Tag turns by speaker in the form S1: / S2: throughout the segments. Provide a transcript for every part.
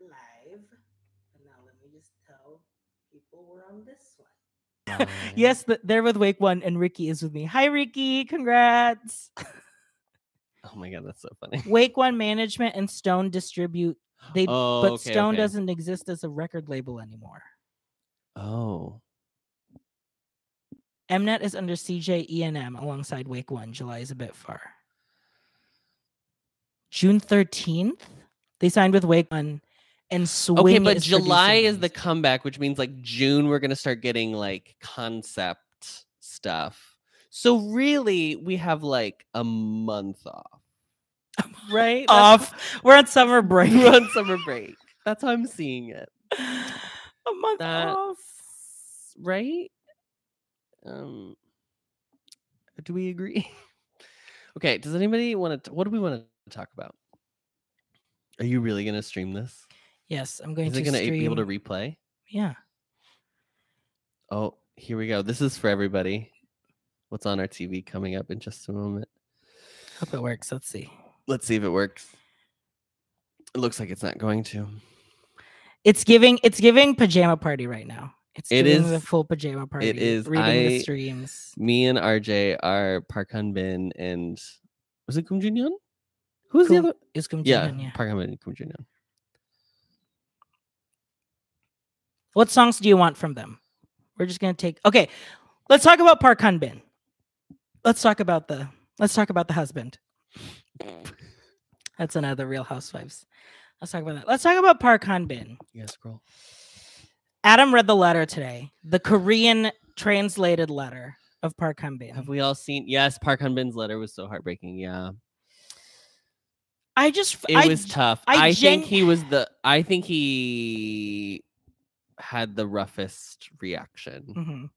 S1: live. And now let me just tell people we're on this one.
S2: Yes, th- they're with Wake One, and Ricky is with me. Hi, Ricky. Congrats.
S3: Oh my god, that's so funny.
S2: Wake One Management and Stone distribute. They,
S3: oh,
S2: but
S3: okay,
S2: Stone
S3: okay.
S2: doesn't exist as a record label anymore.
S3: Oh,
S2: Mnet is under CJ ENM alongside Wake One. July is a bit far. June thirteenth, they signed with Wake One, and Swing.
S3: okay, but
S2: is
S3: July
S2: producing
S3: is the
S2: these.
S3: comeback, which means like June we're gonna start getting like concept stuff. So really, we have like a month off, right? That's-
S2: off. We're on summer break.
S3: We're on summer break. That's how I'm seeing it,
S2: a month
S3: That-
S2: off.
S3: Oh, right? Um, do we agree? okay. Does anybody want to? What do we want to talk about? Are you really gonna stream this?
S2: Yes, I'm going
S3: Is
S2: to
S3: it gonna
S2: stream.
S3: be able to replay?
S2: yeah.
S3: Oh, here we go. This is for everybody. What's on our TV coming up in just a moment.
S2: Hope it works. Let's see.
S3: Let's see if it works. It looks like it's not going to.
S2: It's giving. It's giving pajama party right now. It's
S3: It
S2: giving the
S3: is-
S2: full pajama party.
S3: is.
S2: reading
S3: I-
S2: the streams.
S3: Me and RJ are Park Hun Bin and was it Kum Jun Young? Who's the
S2: Kum-
S3: other?
S2: Is Kim
S3: Yeah,
S2: Jin-hyun, yeah.
S3: Park Hun Bin and Kum Jun Young.
S2: What songs do you want from them? We're just gonna take. Okay, let's talk about Park Han Bin. Let's talk about the. Let's talk about the husband. That's another Real Housewives. Let's talk about that. Let's talk about Park Han Bin.
S3: Yeah, scroll.
S2: Adam read the letter today, the Korean translated letter of Park Han Bin.
S3: Have we all seen? Yes, Park Hun Bin's letter was so heartbreaking. Yeah,
S2: I just,
S3: it
S2: I
S3: was tough.
S2: I
S3: I,
S2: gen-
S3: think he was the. I think he had the roughest reaction.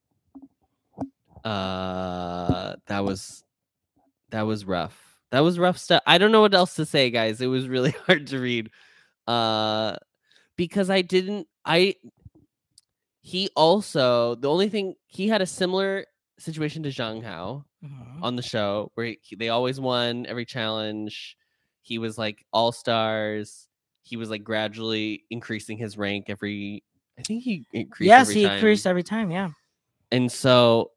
S2: Mhm.
S3: uh that was that was rough that was rough stuff i don't know what else to say guys it was really hard to read uh because i didn't i he also the only thing he had a similar situation to zhang hao
S2: Mhm.
S3: on the show where he, they always won every challenge he was like all stars he was like gradually increasing his rank every i think he increased
S2: Yes,
S3: every
S2: he
S3: time.
S2: increased every time. Yeah.
S3: and so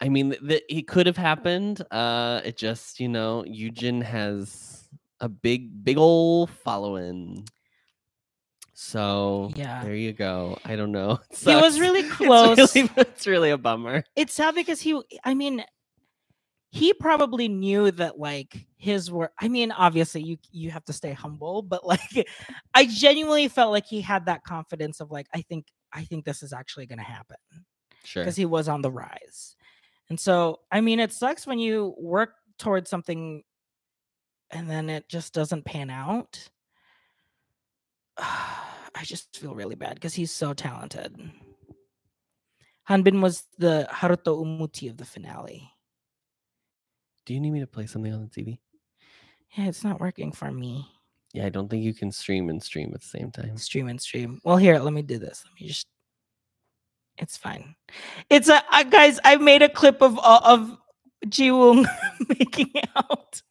S3: i mean th- th- it could have happened uh it just you know Eugene has a big big old following so
S2: Yeah.
S3: there you go i don't know it
S2: He was
S3: sucks.
S2: really
S3: It's
S2: close.
S3: it's really, a bummer
S2: it's sad because he i mean he probably knew that like his work i mean obviously you you have to stay humble but like i genuinely felt like he had that confidence of like i think i think this is actually going to happen
S3: sure
S2: because he was on the rise and so i mean it sucks when you work towards something and then it just doesn't pan out i just feel really bad because he's so talented hanbin was the haruto umuti of the finale
S3: do you need me to play something on the tv
S2: yeah it's not working for me
S3: yeah i don't think you can stream and stream at the same time
S2: stream and stream well here let me do this let me just it's fine it's a uh, guys i made a clip of uh, of jiwoong making out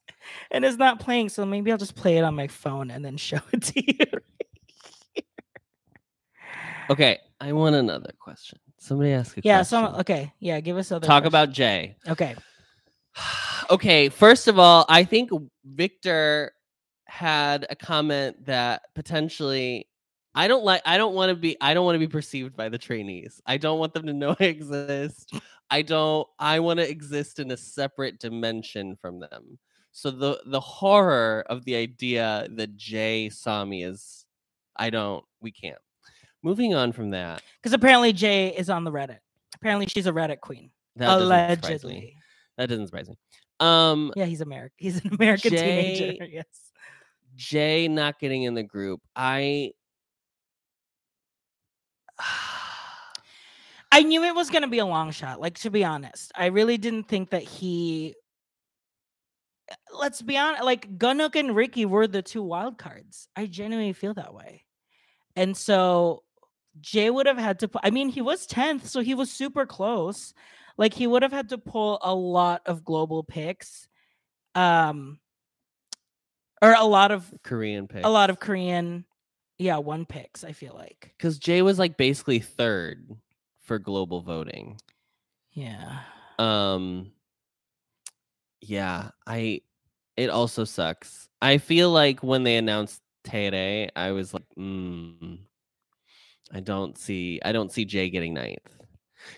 S2: and it's not playing so maybe i'll just play it on my phone and then show it to you
S3: okay i want another question somebody ask a
S2: yeah
S3: question
S2: so okay yeah give us other
S3: talk
S2: question.
S3: about jay
S2: okay
S3: okay, first of all, I think Victor had a comment that potentially I don't like I don't want to be I don't want to be perceived by the trainees. I don't want them to know I exist. I don't I want to exist in a separate dimension from them. So the the horror of the idea that Jay saw me is I don't we can't. Moving on from that.
S2: because apparently jay is on the reddit apparently she's a reddit queen
S3: that doesn't surprise me.
S2: allegedly
S3: That doesn't surprise me. Um
S2: yeah he's american he's an american teenager yes
S3: Jay not getting in the group, I
S2: I knew it was going to be a long shot. Like to be honest, I really didn't think that he. Let's be honest. Like Gunnook and Ricky were the two wild cards. I genuinely feel that way, and so Jay would have had to. pu- I mean, he was tenth, so he was super close. Like he would have had to pull a lot of global picks, um, or a lot of
S3: Korean pick.
S2: a lot of Korean yeah, one picks, I feel like.
S3: Because Jay was like basically third for global voting.
S2: Yeah.
S3: Um yeah, I it also sucks. I feel like when they announced Tere, I was like, mm, I don't see I don't see Jay getting ninth.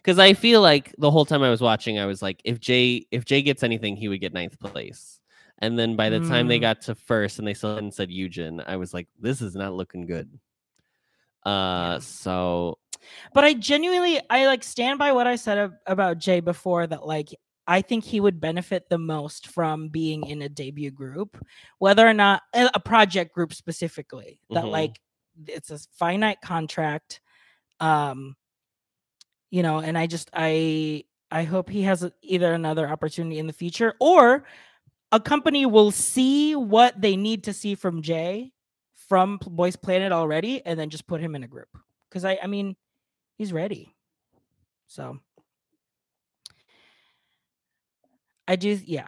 S3: Cause I feel like the whole time I was watching, I was like, if Jay if Jay gets anything, he would get ninth place. And then by the time they
S2: Mm.
S3: got to first and they still hadn't said Eugen, I was like, this is not looking good. Uh
S2: Yeah.
S3: so
S2: But I genuinely I like stand by what I said ab- about Jay before that like I think he would benefit the most from being in a debut group, whether or not a a project group specifically. That
S3: Mhm.
S2: like it's a finite contract. Um you know, and I just I I hope he has a- either another opportunity in the future or a company will see what they need to see from Jay from P- Boys Planet already and then just put him in a group. Cuz I I mean he's ready. So I do yeah.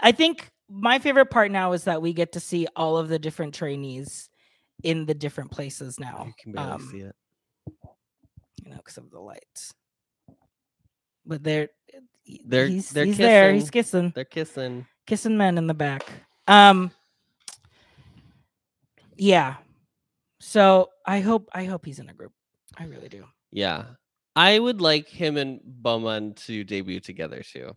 S2: I think my favorite part now is that we get to see all of the different trainees in the different places now.
S3: you can barely
S2: Um,
S3: see it.
S2: you know, because of the lights. But they're he-
S3: They're-
S2: he's,
S3: they're
S2: he's there. He's
S3: kissing.
S2: kissing
S3: They're kissing.
S2: kissing men in the back. Um, yeah. So I hope I hope he's in a group. I really do.
S3: Yeah. I would like him and Bowman to debut together too.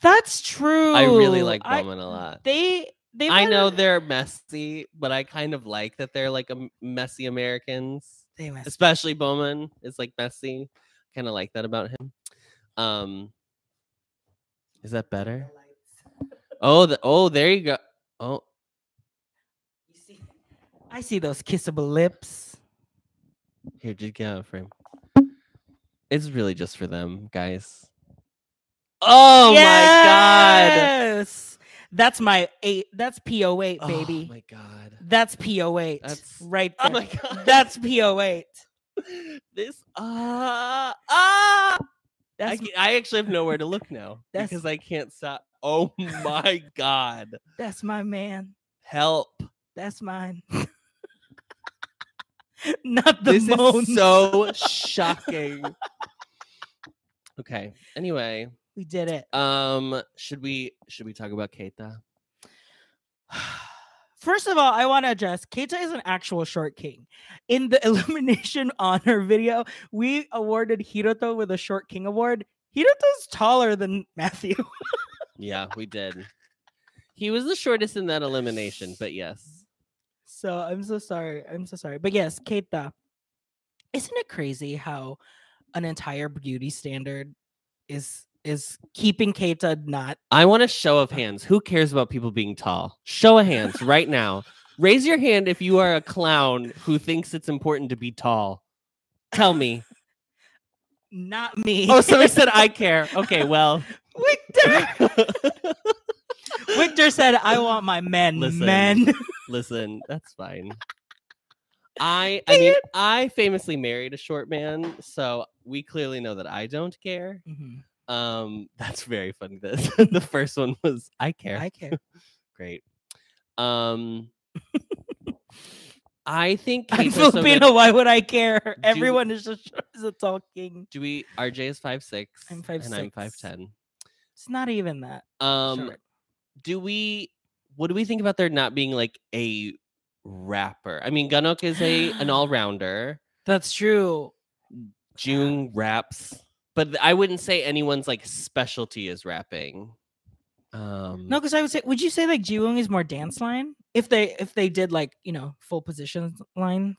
S2: That's true.
S3: I really like
S2: I-
S3: Bowman a lot.
S2: They they.
S3: I
S2: might
S3: know
S2: have-
S3: they're messy, but I kind of like that they're like a messy Americans,
S2: They messed up.
S3: especially Bowman is like messy. Kind of like that about him. Um, is that
S1: The
S3: better?
S1: lights.
S3: Oh, the oh, there you go. Oh,
S1: You see,
S2: I see those kissable lips.
S3: here, just get out of frame. It's really just for them, guys. Oh my god!
S2: Yes! That's my eight. That's po8
S3: Oh
S2: baby.
S3: my god!
S2: that's po8
S3: That's-
S2: right
S3: Oh
S2: there.
S3: my god!
S2: That's po8.
S3: this ah ah I,
S2: That's
S3: ca- I actually have nowhere to look now
S2: That's-
S3: because I can't stop. Oh my god.
S2: That's my man.
S3: Help.
S2: That's mine. Not the
S3: this
S2: moan.
S3: is so shocking. Okay. Anyway,
S2: we did it.
S3: um should we should we talk about Keita?
S2: First of all, I want to address Keita is an actual short king. In the elimination honor video, we awarded Hiroto with a short king award. Hiroto's taller than Matthew.
S3: Yeah, we did. He was the shortest in that elimination, but yes.
S2: So I'm so sorry. I'm so sorry. But yes, Keita. Isn't it crazy how an entire beauty standard is is keeping Keita not
S3: I want a show of hands. Who cares about people being tall? Show of hands right now. Raise your hand if you are a clown who thinks it's important to be tall. Tell me.
S2: not me?
S3: Oh, somebody said I care. Okay, well.
S2: Victor. Victor said, "I want my men,
S3: Listen,
S2: men."
S3: Listen, that's fine. I I mean, I famously married a short man, so we clearly know that I don't care.
S2: Mhm.
S3: Um, that's very funny. This the first one was I care.
S2: I care.
S3: Great. Um, I think
S2: I'm
S3: Kate's so good.
S2: Filipino. why would I care? Everyone is just is a tall king.
S3: Do we? RJ is five six.
S2: I'm
S3: and I'm five
S2: 5'6".
S3: ten.
S2: It's not even that.
S3: Um,
S2: short.
S3: do we? What do we think about there not being like a rapper? I mean, Gunok is a an all rounder.
S2: That's true.
S3: June raps, but th- I wouldn't say anyone's like specialty is rapping. Um,
S2: No, because I would say, would you say like Jiwoong is more dance line? If they if they did like you know full position line,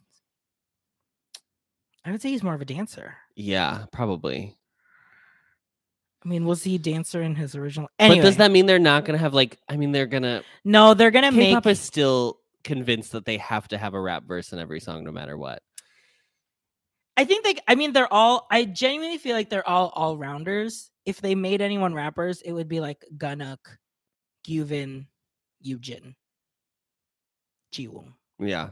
S2: I would say he's more of a dancer.
S3: yeah, probably.
S2: I mean, was he a dancer in his original? Anyway,
S3: But does that mean they're not gonna have like? I mean, they're gonna.
S2: no, they're gonna make
S3: K-pop is still convinced that they have to have a rap verse in every song, no matter what.
S2: I think they. I mean, they're all. I genuinely feel like they're all all rounders. If they made anyone rappers, it would be like Gunuk, Gyuvin, Yujin, Jiwoong.
S3: Yeah,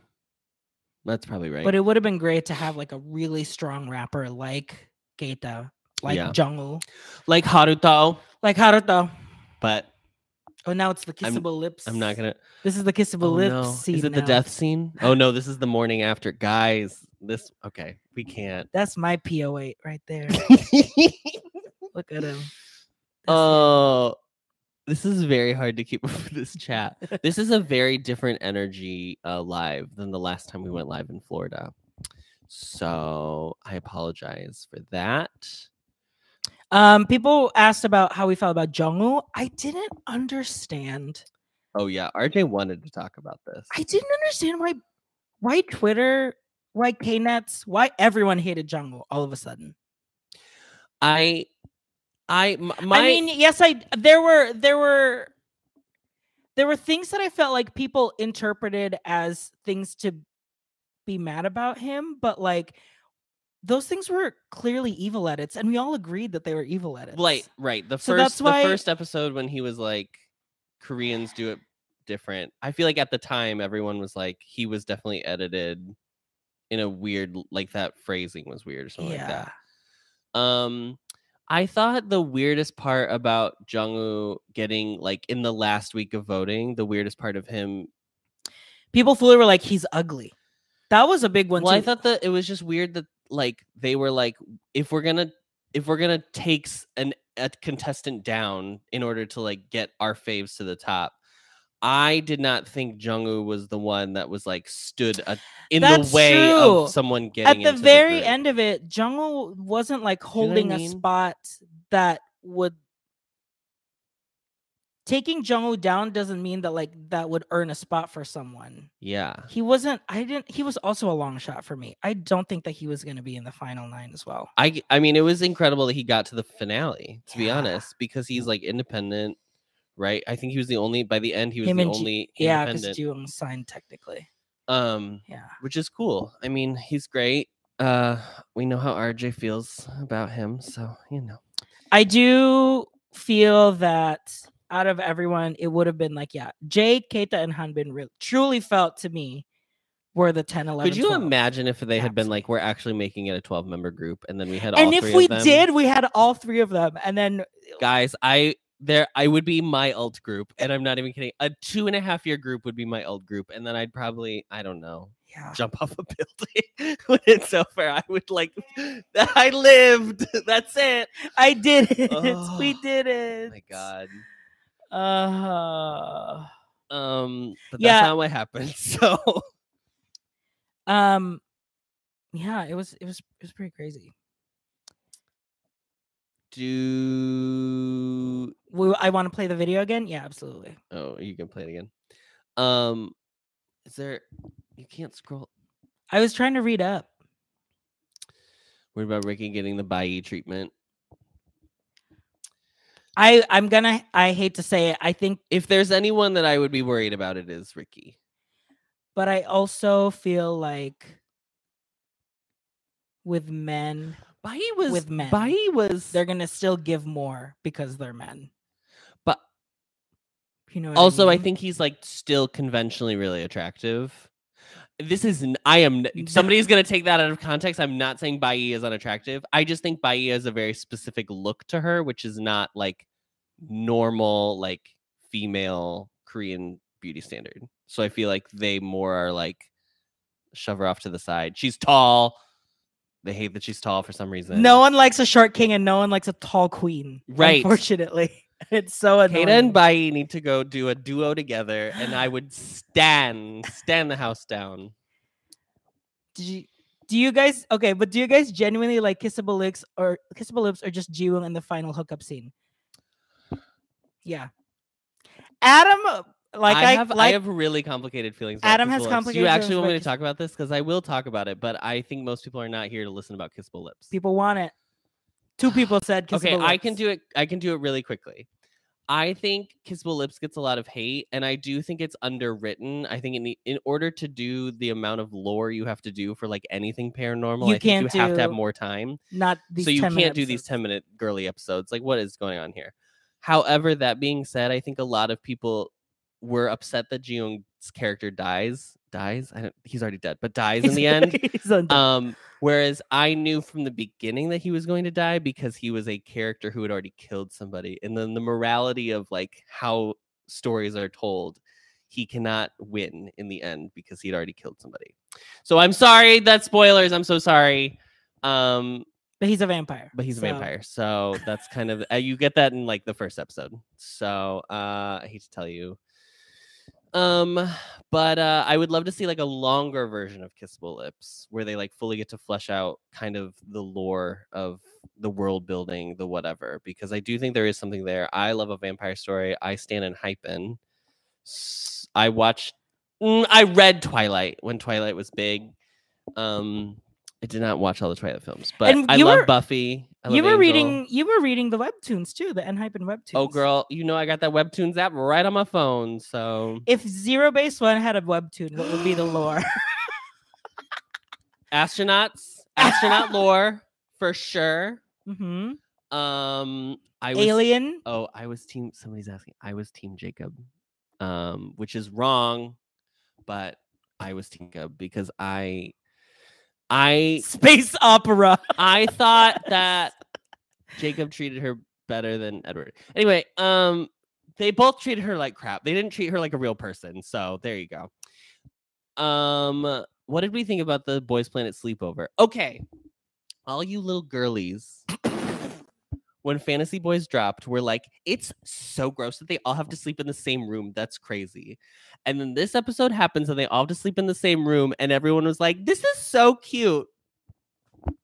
S3: that's probably right.
S2: But it would have been great to have like a really strong rapper like Keita, like
S3: Yeah.
S2: Jungwoo,
S3: like Haruto,
S2: like Haruto.
S3: but
S2: Oh, now it's the kissable lips.
S3: I'm not gonna.
S2: This is the kissable
S3: oh,
S2: lips
S3: no.
S2: scene.
S3: Is it the
S2: now.
S3: death scene? Oh no, this is the morning after. Guys, this okay. We can't.
S2: That's my PO8 right there. Look at him.
S3: oh, this is very hard to keep up with this chat. This is a very different energy uh, live than the last time we went live in Florida. So I apologize for that.
S2: Um, people asked about how we felt about Jungwoo. I didn't understand.
S3: Oh yeah, RJ wanted to talk about this.
S2: I didn't understand why, why Twitter, why KNets, why everyone hated Jungwoo all of a sudden.
S3: I, I, m- my,
S2: I mean, yes, I there were there were there were things that I felt like people interpreted as things to be mad about him, but like those things were clearly evil edits, and we all agreed that they were evil edits.
S3: Right, right. The
S2: So
S3: first
S2: that's why-
S3: the first episode when he was like Koreans do it different. I feel like at the time everyone was like he was definitely edited in a weird like that phrasing was weird or something like that. Um I thought the weirdest part about Jungwoo getting like in the last week of voting, the weirdest part of him
S2: People fully were like, "He's ugly." That was a big one.
S3: well, I
S2: too.
S3: thought that it was just weird that like they were like, if we're gonna if we're gonna take s- an a contestant down in order to like get our faves to the top, I did not think Jungwoo was the one that was like stood a, in
S2: That's
S3: the way
S2: true.
S3: of someone
S2: at
S3: getting
S2: the
S3: into
S2: very
S3: group.
S2: end of it, Jungle wasn't like
S3: what I
S2: holding
S3: mean?
S2: a spot that would taking Jungle down doesn't mean that like that would earn a spot for someone.
S3: Yeah,
S2: He wasn't I didn't he was also a long shot for me. I don't think that he was going to be in the final 9 as well.
S3: I g- I mean it was incredible that he got to the finale. To be
S2: Yeah. Mm.
S3: honest, because he's like independent, right? I think he was the only by the end he was
S2: Him
S3: the
S2: and Ji-
S3: only
S2: Yeah, cuz
S3: independent.
S2: Jung signed technically.
S3: um,
S2: Yeah.
S3: which is cool. I mean, he's great. Uh, we know how RJ feels about him, so you know.
S2: I do feel that out of everyone, it would have been like, yeah, Jay, Keita, and Hanbin re- truly felt to me were the 10, 11,
S3: Could you
S2: 12.
S3: imagine if they had been
S2: Absolutely.
S3: like, we're actually making it a twelve-member group, and then we had all
S2: And if
S3: three
S2: we
S3: of them?
S2: did, we had all three of them. And then
S3: guys, I there I would be my alt group, and I'm not even kidding. A two and a half year group would be my alt group, and then I'd probably I don't know
S2: yeah.
S3: jump off a building when it's over. I would like I lived. That's it.
S2: I did it. we
S3: Oh,
S2: did
S3: Oh
S2: it.
S3: my god.
S2: Uh,
S3: Um, but
S2: Yeah.
S3: that's not what happened. So.
S2: um yeah, it was it was it was pretty crazy.
S3: do
S2: We, I want to play the video again. Yeah, absolutely.
S3: oh you can play it again um is there you can't scroll
S2: I was trying to read up.
S3: what about ricky getting the bai treatment
S2: I I'm gonna I hate to say it. I think
S3: if there's anyone that i would be worried about it is ricky
S2: but I also feel like with men,
S3: bai was
S2: With men.
S3: bai was
S2: they're gonna still give more because they're men.
S3: but
S2: You know. what
S3: also i
S2: mean?
S3: think he's like still conventionally really attractive this is n- i am n- somebody's gonna take that out of context i'm not saying bai is unattractive i just think bai has a very specific look to her which is not like normal like female korean beauty standard so i feel like they more are like shove her off to the side she's tall they hate that she's tall for some reason
S2: no one likes a short king and no one likes a tall queen.
S3: Right.
S2: Unfortunately, it's so annoying.
S3: Kata and Bai need to go do a duo together, and I would stand stand the house down.
S2: Did you? Do you guys okay? But do you guys genuinely like kissable lips or kissable lips or just Jiwoon in the final hookup scene? Yeah, Adam. uh, Like I,
S3: I, have,
S2: like
S3: I have really complicated feelings. About
S2: Adam has
S3: kissable lips. Do
S2: complicated
S3: you
S2: feelings
S3: actually want me to
S2: about kiss-
S3: talk about this? Because I will talk about it, but I think most people are not here to listen about kissable lips.
S2: people want it. Two people said kissable.
S3: okay, I can
S2: lips.
S3: do it. I can do it really quickly. I think kissable lips gets a lot of hate, and I do think it's underwritten. I think in the, in order to do the amount of lore you have to do for like anything paranormal,
S2: You
S3: I think you
S2: can't
S3: have to have
S2: do-
S3: more time.
S2: not these.
S3: so you
S2: 10
S3: can't
S2: minute
S3: do these
S2: episodes.
S3: 10 minute girly episodes like what is going on here however that being said i think a lot of people were upset that Jiyoung's character dies dies i don't he's already dead but dies in the end
S2: He's undone.
S3: um whereas i knew from the beginning that he was going to die because he was a character who had already killed somebody and then the morality of like how stories are told, he cannot win in the end because he'd already killed somebody. So I'm sorry, that's spoilers. I'm so sorry. Um,
S2: But he's a vampire.
S3: but he's a
S2: so-
S3: vampire, so that's kind of uh, you get that in like the first episode. So uh, I hate to tell you. Um, but uh, I would love to see like a longer version of Kissable Lips, where they like fully get to flesh out kind of the lore of the world building, the whatever, because I do think there is something there. I love a vampire story. I stand in hypen. S- I watched. mm, I read Twilight when Twilight was big. Um, I did not watch all the Twilight films, but
S2: And
S3: I
S2: you
S3: love
S2: were-
S3: Buffy. I
S2: you were
S3: love Angel.
S2: reading you were reading the webtoons too, the N-Hypen webtoons.
S3: Oh, girl, you know I got that Webtoons app right on my phone. So
S2: If Zero Base One had a webtoon, what would be the lore?
S3: astronauts, astronaut lore for sure.
S2: hmm
S3: Um, I was,
S2: Alien.
S3: Oh, I was team. Somebody's asking. I was team Jacob, um, which is wrong, but I was team Jacob because I, I,
S2: Space opera.
S3: I thought that Jacob treated her better than Edward. Anyway, um, they both treated her like crap. They didn't treat her like a real person. So there you go. Um, what did we think about the Boys Planet sleepover? Okay, all you little girlies. When Fantasy Boys dropped, we're like, it's so gross that they all have to sleep in the same room. That's crazy. And then this episode happens and they all have to sleep in the same room. And everyone was like, this is so cute.
S2: It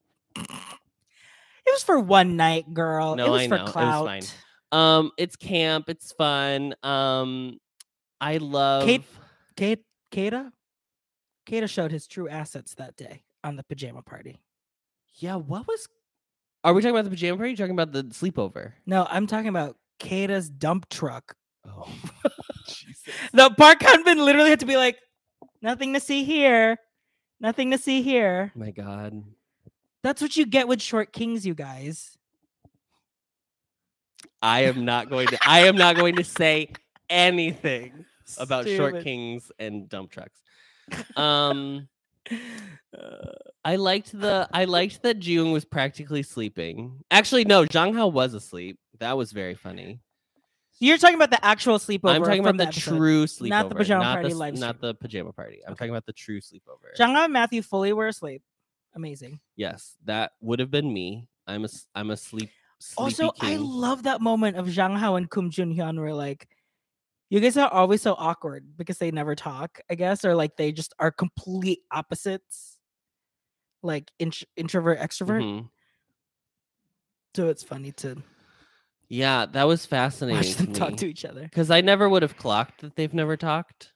S2: was for one night, girl.
S3: No,
S2: it was
S3: I
S2: for
S3: know. It was
S2: clout.
S3: fine. Um, it's camp. It's fun. Um, I love.
S2: Kate, Kata, Kata showed his true assets that day on the pajama party.
S3: Yeah, what was? Are we talking about the pajama party? Or talking about the sleepover?
S2: No, I'm talking about Kata's dump truck.
S3: Oh, Jesus.
S2: The park Hanbin literally had to be like, nothing to see here, nothing to see here.
S3: My God.
S2: That's what you get with short kings, you guys.
S3: I am not going to. I am not going to say anything about short
S2: Stupid.
S3: kings and dump trucks. Um, I liked the. I liked that Jung was practically sleeping. Actually, no, Zhang Hao was asleep. That was very funny.
S2: You're talking about the actual sleepover.
S3: I'm talking
S2: from
S3: about the
S2: episode.
S3: true sleepover,
S2: Not the pajama
S3: not
S2: party
S3: the,
S2: live
S3: s- not
S2: stream.
S3: the pajama party. I'm talking about the true sleepover.
S2: Zhang Hao and Matthew fully were asleep. Amazing.
S3: Yes, that would have been me. I'm a s- I'm a sleep. Sleepy
S2: also, I
S3: king.
S2: love that moment of Zhang Hao and Kum Jun Hyun were like, you guys are always so awkward because they never talk, I guess, or like they just are complete opposites, like int- introvert, extrovert.
S3: Mhm. Mm-hmm.
S2: So it's funny to
S3: Yeah, that was fascinating.
S2: watch them talk to each other.
S3: because I never would have clocked that they've never talked.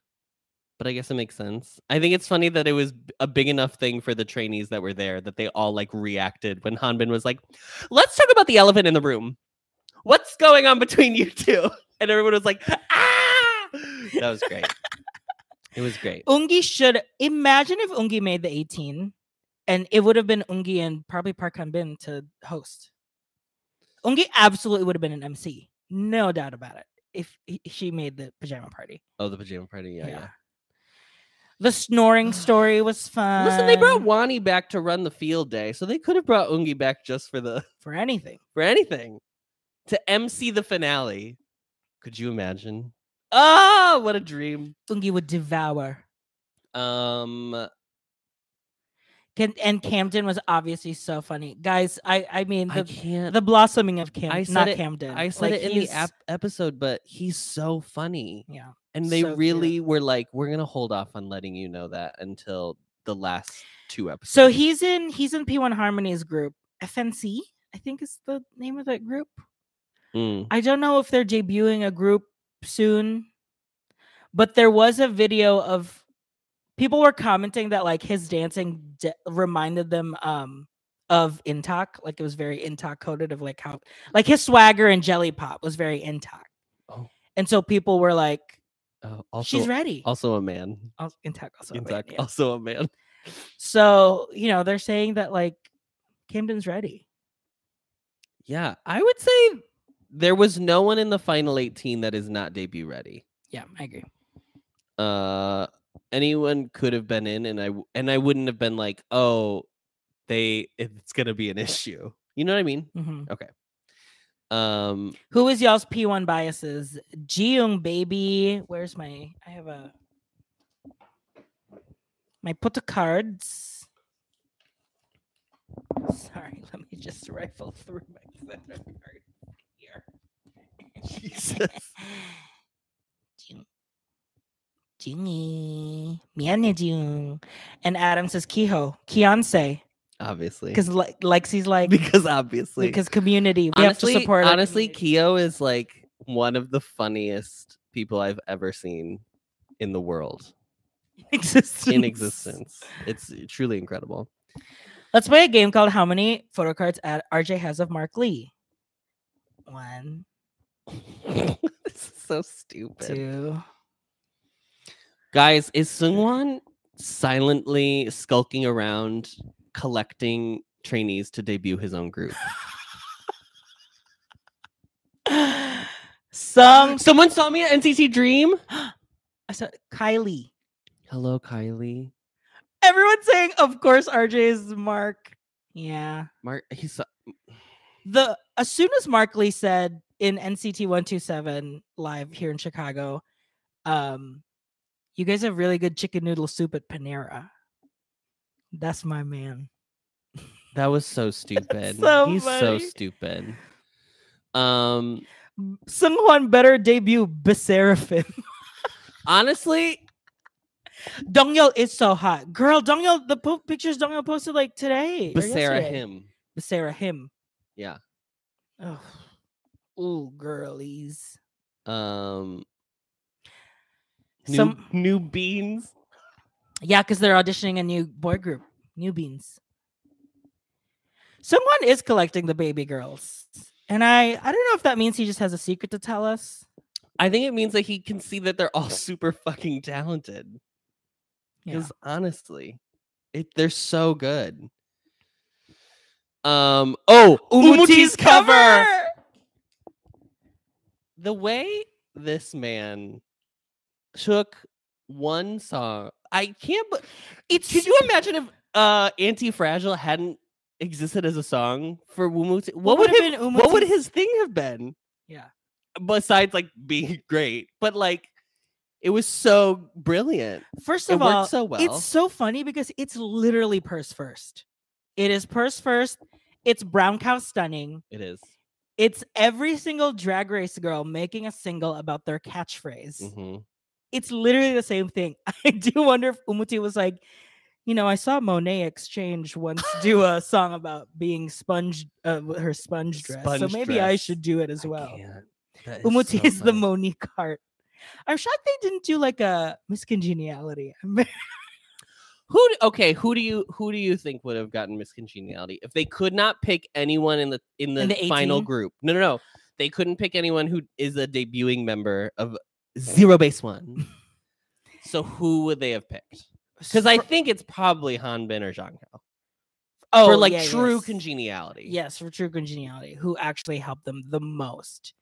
S3: But I guess it makes sense. I think it's funny that it was b- a big enough thing for the trainees that were there that they all like reacted when Hanbin was like, "Let's talk about the elephant in the room. What's going on between you two? And everyone was like, "Ah!" That was great. it was great.
S2: Ungi should imagine if Ungi made the 18 and it would have been Ungi and probably Park Han Bin to host. Ungi absolutely would have been an MC, no doubt about it, if he- she made the pajama party.
S3: Oh, the pajama party. Yeah, yeah.
S2: The snoring story was fun.
S3: Listen, they brought Wani back to run the field day, so they could have brought Ungi back just for the
S2: for anything.
S3: for anything to MC the finale. Could you imagine? oh, what a dream.
S2: Ungi would devour.
S3: Um,
S2: Can, and Camden was obviously so funny, guys. I I mean
S3: I
S2: the
S3: can't.
S2: the blossoming of Cam,
S3: I said
S2: not
S3: it-
S2: Camden.
S3: I said
S2: Like,
S3: it in the
S2: he's-
S3: ap- episode, but he's so funny,
S2: Yeah,
S3: and they
S2: So cute.
S3: really were like, "We're gonna hold off on letting you know that until the last two episodes."
S2: so he's in he's in P1 Harmony's group, FNC. I think is the name of that group.
S3: Mm.
S2: I don't know if they're debuting a group soon, but there was a video of people were commenting that like his dancing de- reminded them um of Intok, like it was very Intok coded of like how like his swagger and jelly pop was very Intok.
S3: Oh.
S2: And so people were like,
S3: Oh, also,
S2: she's ready.
S3: also a man.
S2: Al- Intak also.
S3: In
S2: wait,
S3: fact,
S2: yeah.
S3: also a man.
S2: So, you know, they're saying that like Camden's ready.
S3: Yeah, I would say there was no one in the final 18 that is not debut ready.
S2: Yeah, I agree.
S3: Uh anyone could have been in and I w- and I wouldn't have been like, "Oh, they it's going to be an issue." You know what I mean?
S2: hmm
S3: Um,
S2: Who is y'all's P1 biases? Jiung baby. Where's my I have a my put the cards. Sorry, let me just rifle through my set of cards here.
S3: Jesus.
S2: Jung. Jungi. Mianne Jung. And Adam says Kiho. Kianse.
S3: obviously.
S2: Because Le- Lexi's like
S3: because obviously.
S2: because community. We
S3: honestly,
S2: have to support our
S3: honestly,
S2: community.
S3: Keo is like one of the funniest people I've ever seen in the world
S2: existence.
S3: in existence. It's truly incredible.
S2: Let's play a game called How Many Photo Cards at RJ Has of Mark Lee? One,
S3: this is so stupid.
S2: two.
S3: Guys, is Sungwon silently skulking around collecting trainees to debut his own group?
S2: Some
S3: Someone saw me at NCT Dream.
S2: I said Kylie.
S3: Hello, Kylie.
S2: Everyone's saying, of course, RJ is Mark. Yeah.
S3: Mark, he's so-
S2: The as soon as Mark Lee said in NCT 127 live here in Chicago, um, you guys have really good chicken noodle soup at Panera. That's my man.
S3: that was so stupid.
S2: so
S3: he's so
S2: funny.
S3: stupid. Um,
S2: Sungwon better debut Besserafin.
S3: honestly,
S2: Dongyul is so hot. Girl, Dongyul, the po- pictures Dongyul posted like today. or
S3: Basara
S2: yesterday.
S3: him.
S2: Basara him.
S3: Yeah.
S2: Oh. Ooh, girlies.
S3: Um, new,
S2: Some
S3: new beans.
S2: yeah, because they're auditioning a new boy group, New Beans. Someone is collecting the baby girls. And I I don't know if that means he just has a secret to tell us.
S3: I think it means that he can see that they're all super fucking talented.
S2: Yeah.
S3: Because honestly, it they're so good. Um. Oh, Umuti's cover. The way this man took one song, I can't. But
S2: It's
S3: could you imagine if uh "Anti Fragile" hadn't existed as a song for Umuti? What, would his,
S2: have been
S3: What would
S2: Umuti's-
S3: his thing have been?
S2: Yeah.
S3: Besides, like being great, but like it was so brilliant.
S2: First
S3: it
S2: of
S3: worked
S2: all,
S3: so well.
S2: It's so funny because it's literally purse first. It is purse first. It's brown cow stunning.
S3: It is.
S2: It's every single drag race girl making a single about their catchphrase.
S3: Mhm.
S2: It's literally the same thing. I do wonder if Umuti was like, you know, I saw Monet exchange once do a song about being sponge, uh, with her sponge dress. so
S3: Sponge
S2: maybe I
S3: dress.
S2: should do it as
S3: I
S2: well.
S3: can't. That
S2: Umuti
S3: so
S2: is the
S3: funny.
S2: Monique Hart. I'm shocked they didn't do like a miscongeniality.
S3: Who? d- Okay, who do you who do you think would have gotten Miss Congeniality if they could not pick anyone in the in the,
S2: In the
S3: final
S2: 18?
S3: group? No, no, no. They couldn't pick anyone who is a debuting member of Zero Base One. so who would they have picked? Because I think it's probably Hanbin or Zhang Hao
S2: oh,
S3: for like
S2: yeah,
S3: true
S2: yes.
S3: congeniality.
S2: Yes, for true congeniality, who actually helped them the most.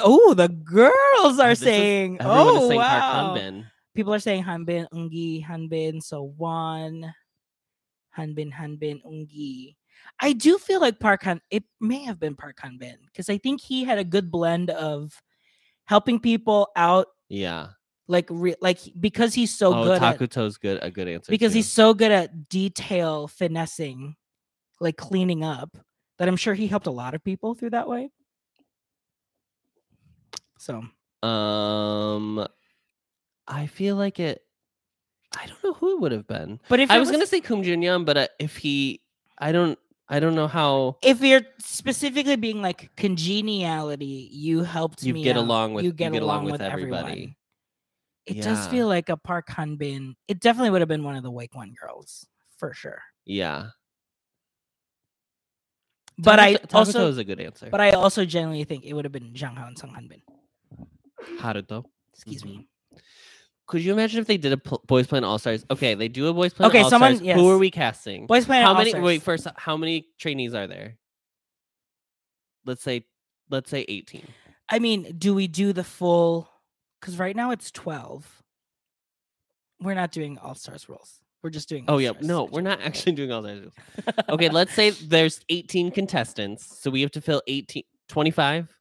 S2: Oh, the girls are
S3: This is-
S2: saying,
S3: Everyone
S2: "Oh
S3: is saying Park
S2: wow!"
S3: Hanbin.
S2: People are saying Hanbin, Ungi, Hanbin, so Won, Hanbin, Hanbin, Ungi. I do feel like Park Han. It may have been Park Hanbin because I think he had a good blend of helping people out,
S3: Yeah.
S2: like re- like he- because he's so
S3: oh,
S2: good. at,
S3: Takuto's good. A good answer
S2: because
S3: too.
S2: he's so good at detail finessing, like cleaning up, that I'm sure he helped a lot of people through that way. So
S3: Um, I feel like it. I don't know who it would have been.
S2: but if
S3: I
S2: it
S3: was, gonna say Kum Junyeon, but uh, if he, I don't, I don't know how
S2: if you're specifically being like congeniality, you helped
S3: you
S2: me
S3: get
S2: out,
S3: along with
S2: you get, along, with, everybody.
S3: everybody.
S2: It does
S3: Yeah.
S2: feel like a Park Hanbin. It definitely would have been one of the Wake One girls for sure.
S3: Yeah,
S2: But I
S3: Takuto- Takuto
S2: also
S3: is a good answer.
S2: but I also genuinely think it would have been Zhang Hao and Sung Hanbin.
S3: Haruto.
S2: Excuse
S3: Mhm.
S2: me.
S3: Could you imagine if they did a pl- Boys Plan All Stars? Okay, they do a Boys Plan
S2: Okay,
S3: All
S2: someone-
S3: Stars. Who are
S2: yes.
S3: we casting?
S2: Boys Planet
S3: how
S2: All
S3: many?
S2: Stars.
S3: Wait, first, how many trainees are there? Let's say, let's say eighteen.
S2: I mean, do we do the full? Because right now it's 12. We're not doing All Stars rules. We're just doing.
S3: Oh yeah,
S2: All-Stars
S3: no, we're not actually doing all those. okay, let's say there's 18 contestants, so we have to fill 18. 25?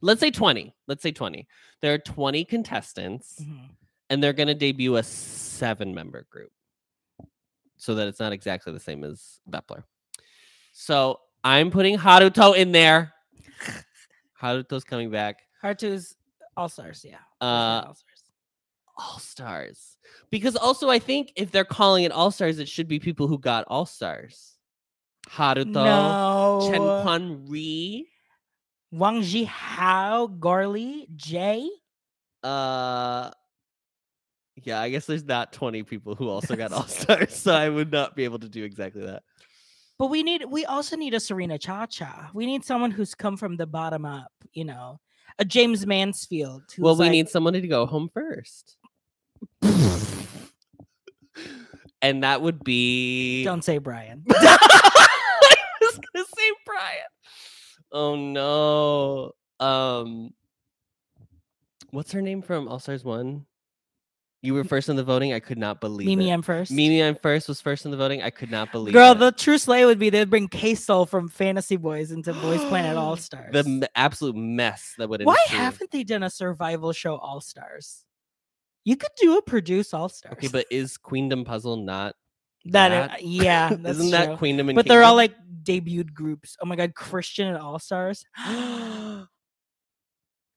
S3: Let's say 20. Let's say 20. There are 20 contestants
S2: Mhm.
S3: and they're going to debut a seven member group so that it's not exactly the same as Bepler. So I'm putting Haruto in there. Haruto's coming back.
S2: Hartu's All Stars, yeah.
S3: Uh,
S2: All Stars.
S3: All Stars. Because also, I think if they're calling it All Stars, it should be people who got All Stars. Haruto, Chen
S2: No.
S3: Quan Ri,
S2: Wang Jihao, Garly, Jay.
S3: uh yeah i guess there's not 20 people who also got all stars so i would not be able to do exactly that
S2: But we need we also need a Serena Cha Cha. We need someone who's come from the bottom up, you know. A James Mansfield. Who's
S3: well we
S2: like,
S3: need somebody to go home first and that would be
S2: Don't say Brian.
S3: i was gonna say brian oh no um what's her name from all stars one you were first in the voting i could not believe
S2: Mimi,
S3: it.
S2: I'm first.
S3: Mimi, I'm first was first in the voting. I could not believe
S2: Girl,
S3: it.
S2: the true slay would be they'd bring Queso from Fantasy Boys into Boys Planet All Stars.
S3: the m- absolute mess that would.
S2: Why
S3: ensue.
S2: haven't they done a survival show All Stars? You could do a produce All Stars.
S3: Okay, but is Queendom Puzzle not?
S2: that, uh,
S3: that-
S2: yeah, that's
S3: isn't that
S2: true.
S3: Queendom? And
S2: but they're all
S3: Kingdom?
S2: like debuted groups. Oh my god, Christian and All Stars.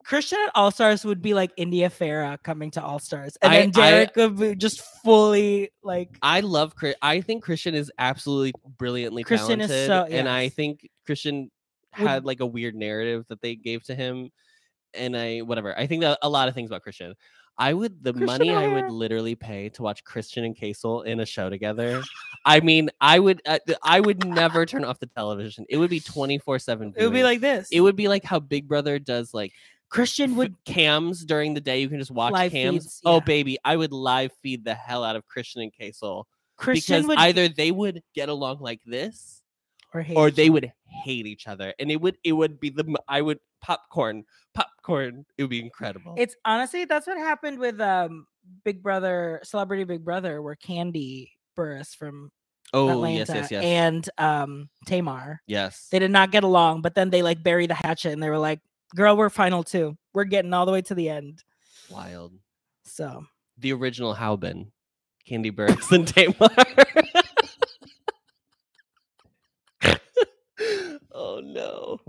S2: Christian and All Stars would be like India Farah coming to All Stars, and
S3: I-
S2: then Derek would be just fully like
S3: I love. Chris. I think Christian is absolutely brilliantly
S2: Christian is
S3: talented,
S2: so-
S3: and I
S2: yes.
S3: think Christian
S2: Would-
S3: had like a weird narrative that they gave to him, and I whatever. I think that a lot of things about Christian. I would the
S2: Christian
S3: money I would
S2: O'Hara.
S3: literally pay to watch Christian and Casel in a show together. I mean, I would uh, th- I would never turn off the television. It would be twenty four seven.
S2: it would be like this.
S3: it would be like how Big Brother does like
S2: Christian would
S3: would cams during the day. You can just watch
S2: Live
S3: cams.
S2: feeds, yeah.
S3: Oh baby, I would live feed the hell out of Christian and Casel
S2: Christian
S3: because
S2: would
S3: either they would get along like this
S2: or, hate
S3: or
S2: each
S3: they
S2: other.
S3: would hate each other, and it would it would be the m- I would popcorn popcorn. It would be incredible.
S2: It's honestly that's what happened with um Big Brother, Celebrity Big Brother, where Candy Burris from
S3: oh
S2: Atlanta
S3: yes yes yes
S2: and um Tamar.
S3: yes.
S2: They did not get along, but then they like buried the hatchet and they were like, "Girl, we're final two. We're getting all the way to the end."
S3: Wild.
S2: So
S3: The original Hauben, Candy Burris and Tamar. oh no.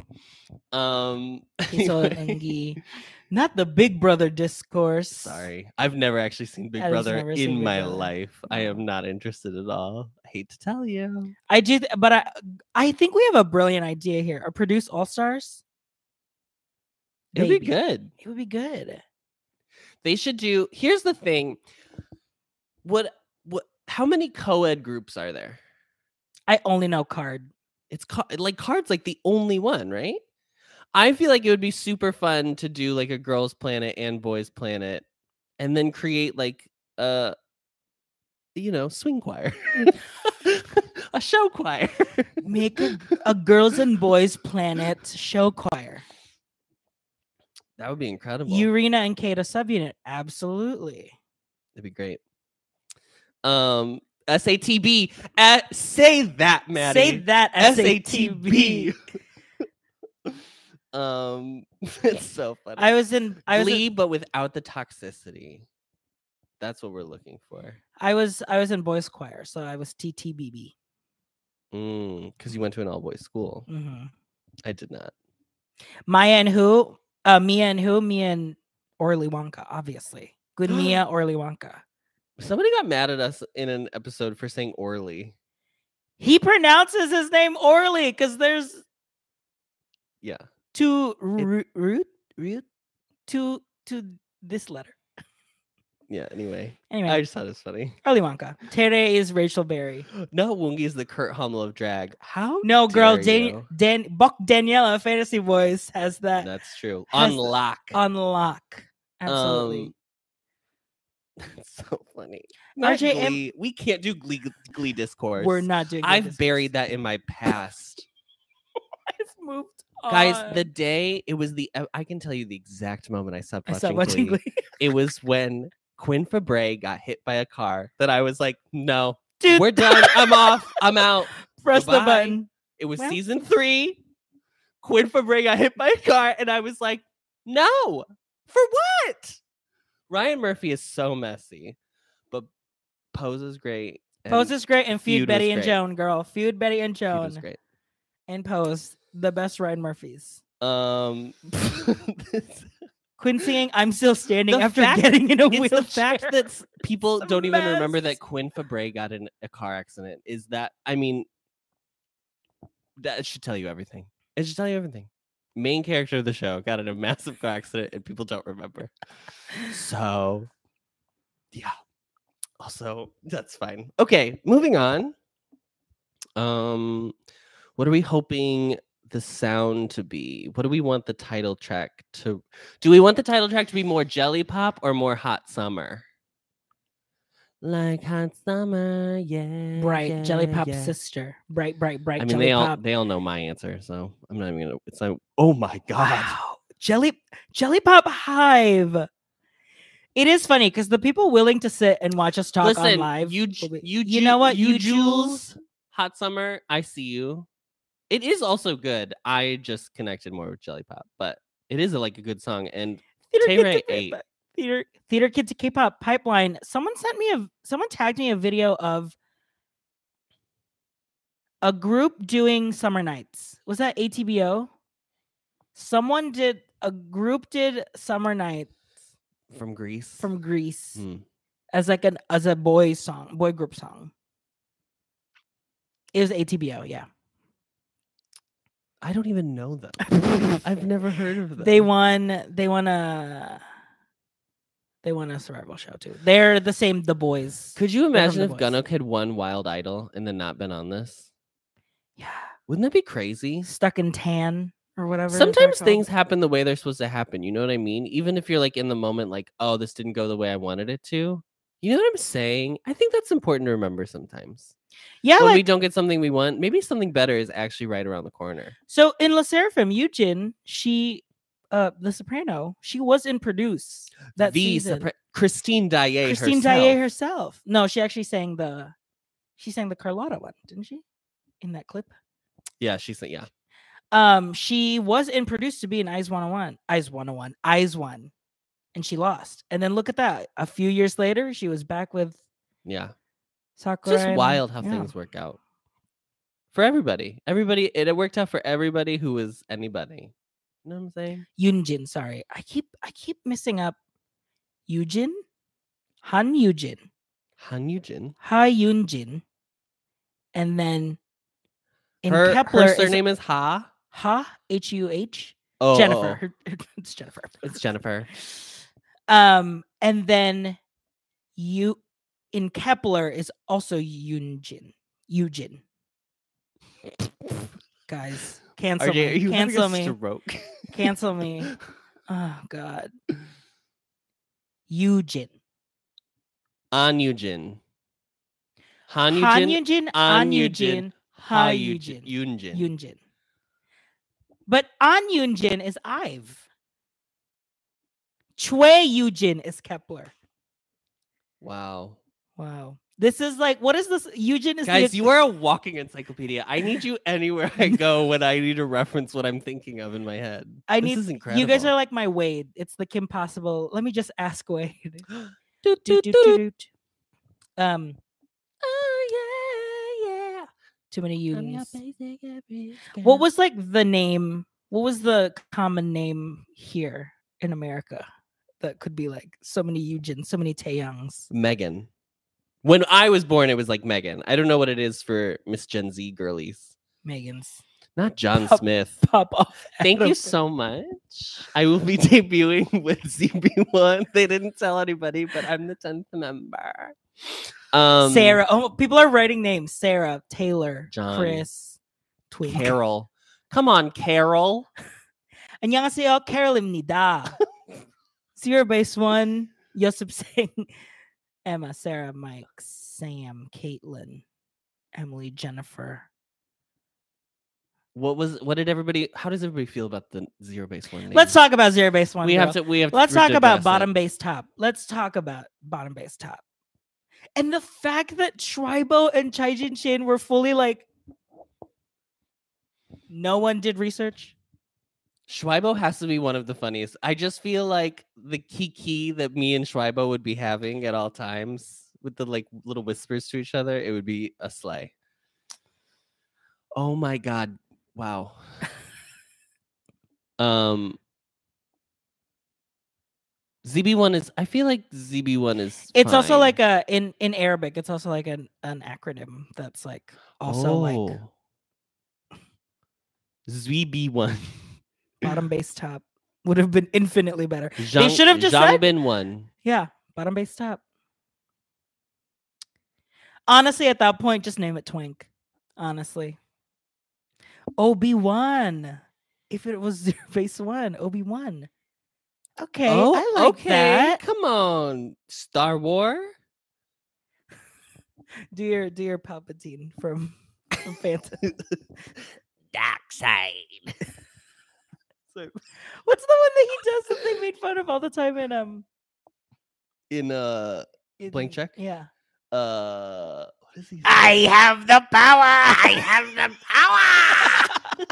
S3: Um
S2: Kiso and
S3: anyway.
S2: Engi, not the Big Brother discourse.
S3: Sorry, I've never actually seen Big
S2: I've just
S3: Brother
S2: never
S3: in
S2: seen Big
S3: my
S2: Brother.
S3: life. I
S2: No.
S3: am not interested at all. I hate to tell you.
S2: I do, th- but I I think we have a brilliant idea here. Or produce All Stars.
S3: It'd be good.
S2: It would be good.
S3: They should do. Here's the thing. What what how many co-ed groups are there?
S2: I only know card.
S3: It's ca- like cards like the only one, right? I feel like it would be super fun to do like a girls planet and boys planet and then create like a you know, swing choir. a show choir.
S2: Make a, a girls and boys planet show choir.
S3: That would be incredible.
S2: Urena and Kata subunit. Absolutely.
S3: That'd be great. Um, SATB. Uh, say that, Maddie.
S2: Say that SATB.
S3: SATB. um, it's so funny.
S2: I was in I was in-
S3: Glee, but without the toxicity. That's what we're looking for.
S2: I was I was in boys choir, so I was TTBB.
S3: Because Mm, you went to an all boys school.
S2: Mhm.
S3: I did not.
S2: Maya and who? Uh, Mia and who? Mia and Orly Wonka, obviously. Good Mia, Orly Wonka.
S3: Somebody got mad at us in an episode for saying Orly.
S2: He pronounces his name Orly because there's
S3: Yeah.
S2: two root root root two to this letter.
S3: Yeah. Anyway,
S2: Anyway,
S3: I just thought it was funny.
S2: Orly Wonka. Tere is Rachel Berry.
S3: No, Woongi is the Kurt Hummel of drag. How?
S2: No, girl,
S3: dare
S2: Dan,
S3: you.
S2: Dan Buck Daniela Fantasy Boys has that
S3: That's true.
S2: uh, has-
S3: Unlock.
S2: unlock. Absolutely.
S3: Um, that's so funny. Not
S2: RJ, am-
S3: Glee. we can't do Glee Glee discourse.
S2: We're not doing.
S3: I've
S2: this.
S3: buried that in my past,
S2: I've moved.
S3: guys. The
S2: on.
S3: day it was the I- I can tell you the exact moment I stopped
S2: I
S3: watching,
S2: stopped watching
S3: Glee.
S2: Glee.
S3: It was when Quinn Fabray got hit by a car that I was like, no,
S2: Dude,
S3: we're done. I'm off. I'm out.
S2: press the
S3: Goodbye.
S2: button.
S3: It was
S2: Well-
S3: season three. Quinn Fabre got hit by a car, and I was like, no, for what? Ryan Murphy is so messy, but Pose is great. and
S2: Pose is great and feud
S3: Feud was
S2: Betty and
S3: great.
S2: Joan, girl. Feud Betty and
S3: Feud
S2: Joan
S3: is great.
S2: and Pose, the best Ryan Murphys.
S3: Um, this-
S2: Quinn singing "I'm still standing"
S3: The
S2: after
S3: fact-
S2: getting in a
S3: it's
S2: wheelchair.
S3: the fact that s- people
S2: a
S3: don't even remember
S2: mess.
S3: that Quinn Fabre got in a car accident is that I mean that should tell you everything. It should tell you everything. Main character of the show got in a massive car accident and people don't remember. So yeah. Also, that's fine. Okay, moving on. Um what are we hoping the sound to be? What do we want the title track to do we want the title track to be more Jelly Pop or more Hot Summer? Like Hot Summer, yeah.
S2: bright
S3: yeah,
S2: Jelly Pop
S3: yeah.
S2: sister, bright, bright, bright.
S3: I mean,
S2: Jelly
S3: they all
S2: Pop.
S3: they all know my answer, so I'm not even gonna. It's like, oh my god,
S2: Wow, Jelly Jelly Pop Hive. It is funny because the people willing to sit and watch us talk
S3: listen,
S2: on live,
S3: you,
S2: will
S3: Ju-
S2: be-
S3: you,
S2: you
S3: Ju-
S2: know what,
S3: you,
S2: you
S3: Jules, Hot Summer, I see you. It is also good. I just connected more with Jelly Pop, but it is like a good song, and
S2: theater kids
S3: Tay Ray
S2: to K-
S3: ate.
S2: theater theater kids to K-pop pipeline. Someone sent me a someone tagged me a video of a group doing summer nights. Was that ATBO? Someone did a group did summer night
S3: from Greece.
S2: from Greece
S3: Mm.
S2: as like an as a boy song, boy group song. It was ATBO, yeah.
S3: I don't even know them. I've never heard of them.
S2: They won they won a they won a survival show too. They're the same the boys.
S3: Could you
S2: from
S3: imagine
S2: The
S3: if
S2: Voice.
S3: Gunnook had won Wild Idol and then not been on this?
S2: Yeah.
S3: Wouldn't that be crazy?
S2: stuck in tan or whatever. they're
S3: Sometimes things
S2: called.
S3: happen the way they're supposed to happen. You know what I mean? Even if you're like in the moment, like, oh, this didn't go the way I wanted it to. You know what I'm saying? I think that's important to remember sometimes.
S2: Yeah,
S3: when
S2: like
S3: we don't get something we want, maybe something better is actually right around the corner.
S2: so in La Seraphim, Eugene, she, uh, The Soprano, she was in Produce that
S3: the
S2: season.
S3: surpri- Christine Daae
S2: Christine
S3: herself.
S2: Daae herself. No, she actually sang the, she sang the Carlotta one, didn't she? In that clip,
S3: Yeah, she said, yeah.
S2: um, she was in Produce to be in Eyes 101, Eyes 101, Eyes One, and she lost. And then look at that. A few years later, she was back with
S3: Yeah. It's
S2: Sakura.
S3: just
S2: and-
S3: wild how
S2: um, yeah.
S3: things work out for everybody. Everybody, it, it worked out for everybody who was anybody. You know what I'm saying?
S2: Yunjin, sorry. I keep I keep missing up Yujin, Han Yujin,
S3: Han Yujin.
S2: Ha Yunjin, and then in
S3: Her,
S2: Kepler
S3: her
S2: is
S3: surname is Ha.
S2: Ha H U H
S3: Oh, oh,
S2: Jennifer.
S3: oh.
S2: Her, her- it's Jennifer.
S3: It's Jennifer.
S2: Um, and then you in Kepler is also Yunjin. Yujin. Guys, cancel
S3: RJ, are
S2: me.
S3: you having
S2: Cancel
S3: a
S2: me.
S3: Stroke.
S2: Cancel me. Oh God. Yujin.
S3: An Yujin. Han
S2: Han
S3: Yujin.
S2: Yujin,
S3: An
S2: An
S3: Yujin,
S2: Yujin,
S3: Ha
S2: Ha Yujin,
S3: Yujin. Yunjin.
S2: Yunjin. But An Yunjin is Ive. Chue Yujin is Kepler.
S3: Wow.
S2: Wow. This is like, what is this? Yujin is the
S3: Guys,
S2: equ-
S3: you are a walking encyclopedia. I need you anywhere I go when I need to reference what I'm thinking of in my head.
S2: I
S3: This
S2: need
S3: is incredible.
S2: you guys are like my Wade. It's the Kim Possible. Let me just ask Wade. Doot, doot,
S3: Doot, doot, doot, doot.
S2: doot, doot. Um,
S3: Oh yeah, yeah.
S2: too many
S3: I'm your
S2: Yunis.
S3: basic average girl.
S2: What was like the name? What was the common name here in America that could be like so many Yujin, so many Taeyoungs?
S3: Megan? When I was born, it was like Megan. I don't know what it is for Miss Gen Z girlies.
S2: Megan's
S3: Not John
S2: Pop-
S3: Smith.
S2: pop off.
S3: Thank
S2: Adam.
S3: you so much. I will be debuting with CB1. They didn't tell anybody, but I'm the tenth member. Um,
S2: Sarah. Oh, people are writing names. Sarah, Taylor,
S3: John,
S2: Chris, Twink.
S3: Carol. Come on, Carol.
S2: 안녕하세요, Carolimnida. Zero base one. Yosip Singh, Emma, Sarah, Mike, Sam, Caitlin, Emily, Jennifer.
S3: What was? What did everybody? How does everybody feel about the zero base one? Name?
S2: Let's talk about zero base one.
S3: We
S2: girl.
S3: have to. We have.
S2: Let's
S3: to
S2: talk
S3: digress
S2: about
S3: it.
S2: bottom base top. Let's talk about bottom base top. And the fact that Tribo and Chai Jin Shin were fully like, no one did research.
S3: Schweibo has to be one of the funniest. I just feel like the kiki that me and Schweibo would be having at all times with the like little whispers to each other, it would be a sleigh. Oh my god. Wow. um ZB1 is I feel like ZB1 is
S2: It's also
S3: fine.
S2: like a in in Arabic. It's also like an an acronym that's like also like
S3: Oh. ZB1.
S2: bottom base top would have been infinitely better.
S3: Zhang,
S2: should have just said-
S3: been one.
S2: Yeah, bottom base top. Honestly, at that point, just name it Twink. Honestly, OB one. If it was zero base one, OB one. Okay, I like
S3: Oh, okay.
S2: that.
S3: Come on, Star War.
S2: Dear, dear Palpatine from from Phantom.
S3: Dark side.
S2: What's the one that he does that they made fun of all the time in um
S3: In uh, Blank
S2: in-
S3: check?
S2: Yeah.
S3: uh, what is he? say?
S2: have the power. I have the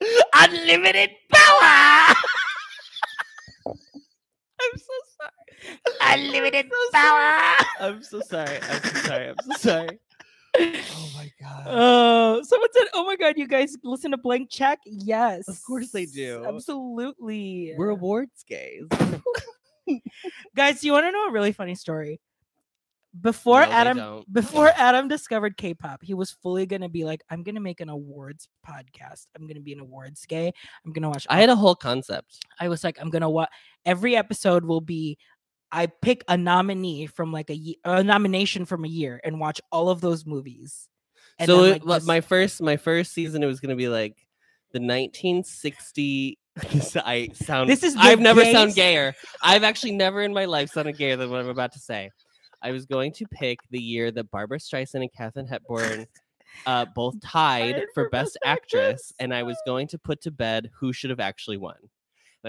S2: power. Unlimited power. I'm so sorry. Unlimited power.
S3: I'm so sorry. I'm so sorry. I'm so sorry. Oh my god.
S2: Oh, someone said, "Oh my God, you guys listen to Blank Check?" Yes,
S3: course they do.
S2: Absolutely,
S3: We're awards gays.
S2: guys. You want to know a really funny story? Before
S3: No, they
S2: Adam,
S3: don't.
S2: before Adam discovered K-pop, he was fully gonna be like, "I'm gonna make an awards podcast. I'm gonna be an awards gay. I'm gonna watch."
S3: I had a whole concept.
S2: I was like, I'm gonna watch every episode will be I pick a nominee from like a, ye- a nomination from a year and watch all of those movies. And
S3: so
S2: then,
S3: it, like,
S2: just-
S3: my first my first season it was gonna be like the 1960 this I sound
S2: This is the
S3: I've never sound
S2: gayest-
S3: gayer. I've actually never in my life sounded gayer than what I'm about to say. I was going to pick the year that Barbara Streisand and Katharine Hepburn uh, both tied
S2: Tied
S3: for
S2: for
S3: Best
S2: Best
S3: Actress,
S2: Actress.
S3: and I was going to put to bed who should have actually won. And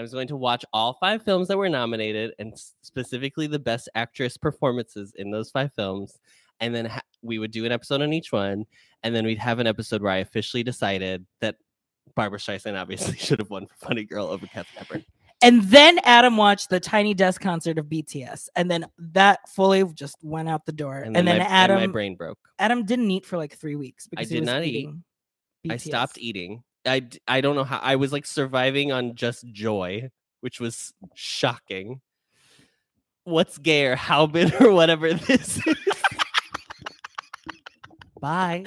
S3: I was going to watch all five films that were nominated, and s- specifically the Best Actress performances in those five films. And then ha- we would do an episode on each one, and then we'd have an episode where I officially decided that Barbara Streisand obviously should have won for Funny Girl over Katharine Hepburn.
S2: and then Adam watched the Tiny Desk concert of BTS, and then that fully just went out the door. Er, And then,
S3: my,
S2: Adam,
S3: my brain broke.
S2: Adam didn't eat for like three weeks because he
S3: did
S2: was
S3: not eat.
S2: eating
S3: I stopped
S2: BTS.
S3: eating. I d- I don't know how I was like surviving on just joy, which was shocking. What's gay or how big or whatever this is. Bye.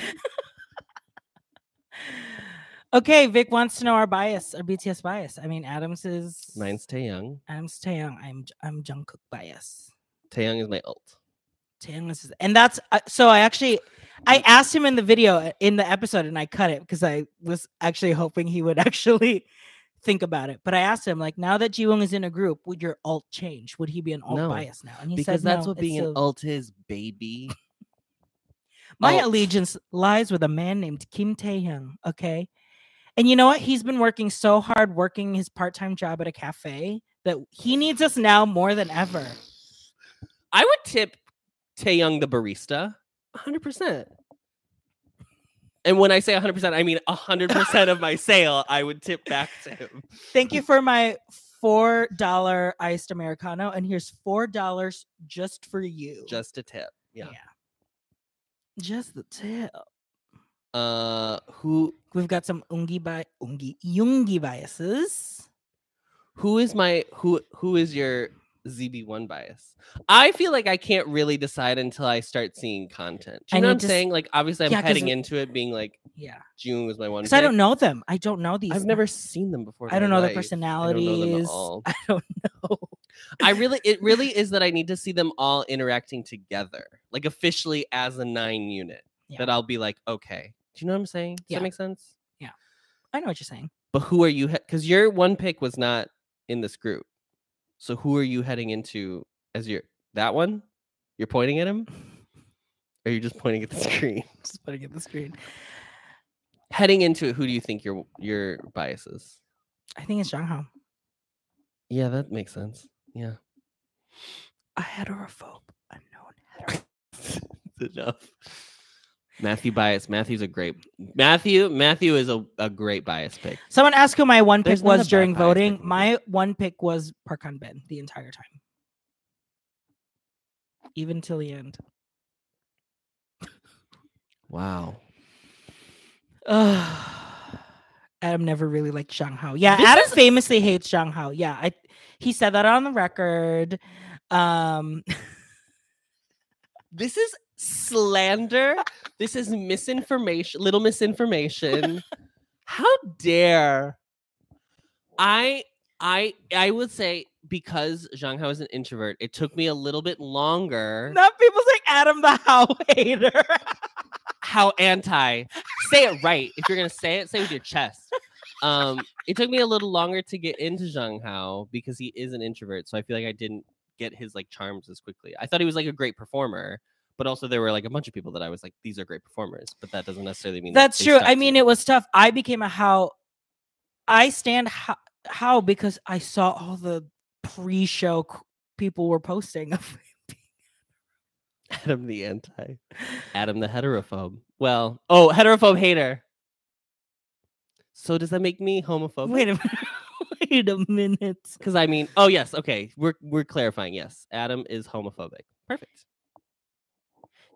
S2: Okay, Vic wants to know our bias, our BTS bias. I mean, Adam's is
S3: Mine's Taeyang.
S2: Adam's Taeyong. I'm I'm Jungkook bias.
S3: Taeyang is my alt.
S2: Dang, this is, and that's uh, so. I actually, I asked him in the video uh, in the episode, and I cut it because I was actually hoping he would actually think about it. But I asked him, like, now that Jiwoong is in a group, would your alt change? Would he be an alt
S3: No,
S2: bias now? And he
S3: Because
S2: said,
S3: that's
S2: "No,
S3: what
S2: it's
S3: being an
S2: still-
S3: alt is, baby.
S2: My
S3: alt."
S2: allegiance lies with a man named Kim Tae Hyung. Okay, and you know what? He's been working so hard, working his part-time job at a cafe, that he needs us now more than ever.
S3: I would tip Taeyang the barista 100%. And when I say 100%, I mean 100% of my sale, I would tip back to him.
S2: Thank you for my four dollar iced americano, and here's four dollars just for you.
S3: Just a tip. Yeah.
S2: just the tip.
S3: Uh who
S2: We've got some ungi by ungi yungi biases.
S3: who is my who who is your ZB1 bias? I feel like I can't really decide until I start seeing content. Do you
S2: I
S3: know
S2: need
S3: what I'm
S2: to s-
S3: saying? Like obviously I'm
S2: Yeah, 'cause
S3: heading
S2: it-
S3: into it being like
S2: Yeah,
S3: June was my one.
S2: because I don't
S3: pick.
S2: know them. I don't know these.
S3: I've
S2: pe-
S3: never seen them before. in
S2: I don't
S3: my
S2: know their
S3: life. I don't know them at
S2: personalities.
S3: all.
S2: I don't know.
S3: I really, it really is that I need to see them all interacting together, like officially as a nine unit.
S2: Yeah.
S3: That I'll be like, okay, do you know what I'm saying? Does
S2: Yeah.
S3: that make sense?
S2: I know what you're saying.
S3: But who are you? Because your one pick was not in this group, so who are you heading into as your that one? You're pointing at him, or you're just pointing at the screen?
S2: Just putting it in the screen.
S3: heading into it, who do you think your your biases?
S2: I think it's Zhang Hao.
S3: Yeah, that makes sense. Yeah,
S2: A heterophobe, a known heterophobe.
S3: enough. Matthew bias. Matthew's a great Matthew. Matthew is a, a great bias pick.
S2: Someone asked who my one
S3: There's
S2: pick
S3: not a
S2: was
S3: bad
S2: during
S3: bias pick
S2: voting.
S3: in the
S2: My one pick was Park Han Bin the entire time, even till the end.
S3: Wow.
S2: Adam never really liked Zhang Hao. Yeah,
S3: This
S2: Adam
S3: is-
S2: famously hates Zhang Hao. Yeah, I he said that on the record. Um,
S3: This is slander. this is misinformation, little misinformation. How dare I I I would say because Zhang Hao is an introvert, it took me a little bit longer.
S2: now people say Adam the Hao hater.
S3: How anti. Say it right. If you're gonna say it, say it with your chest. Um, it took me a little longer to get into Zhang Hao because he is an introvert. So I feel like I didn't get his like charms as quickly. I thought he was like a great performer, but also there were like a bunch of people that I was like, these are great performers, but that doesn't necessarily mean that
S2: That's
S3: they
S2: true.
S3: stuck
S2: I
S3: to
S2: mean,
S3: it.
S2: it was tough. I became a how. I stand how, how because I saw all the pre-show c- people were posting. of-
S3: Adam the anti. Adam the heterophobe. Well, oh, heterophobe hater. So does that make me homophobic?
S2: wait a minute. wait a minute.
S3: Because I mean, oh yes, okay. We're we're clarifying. Yes, Adam is homophobic. Perfect.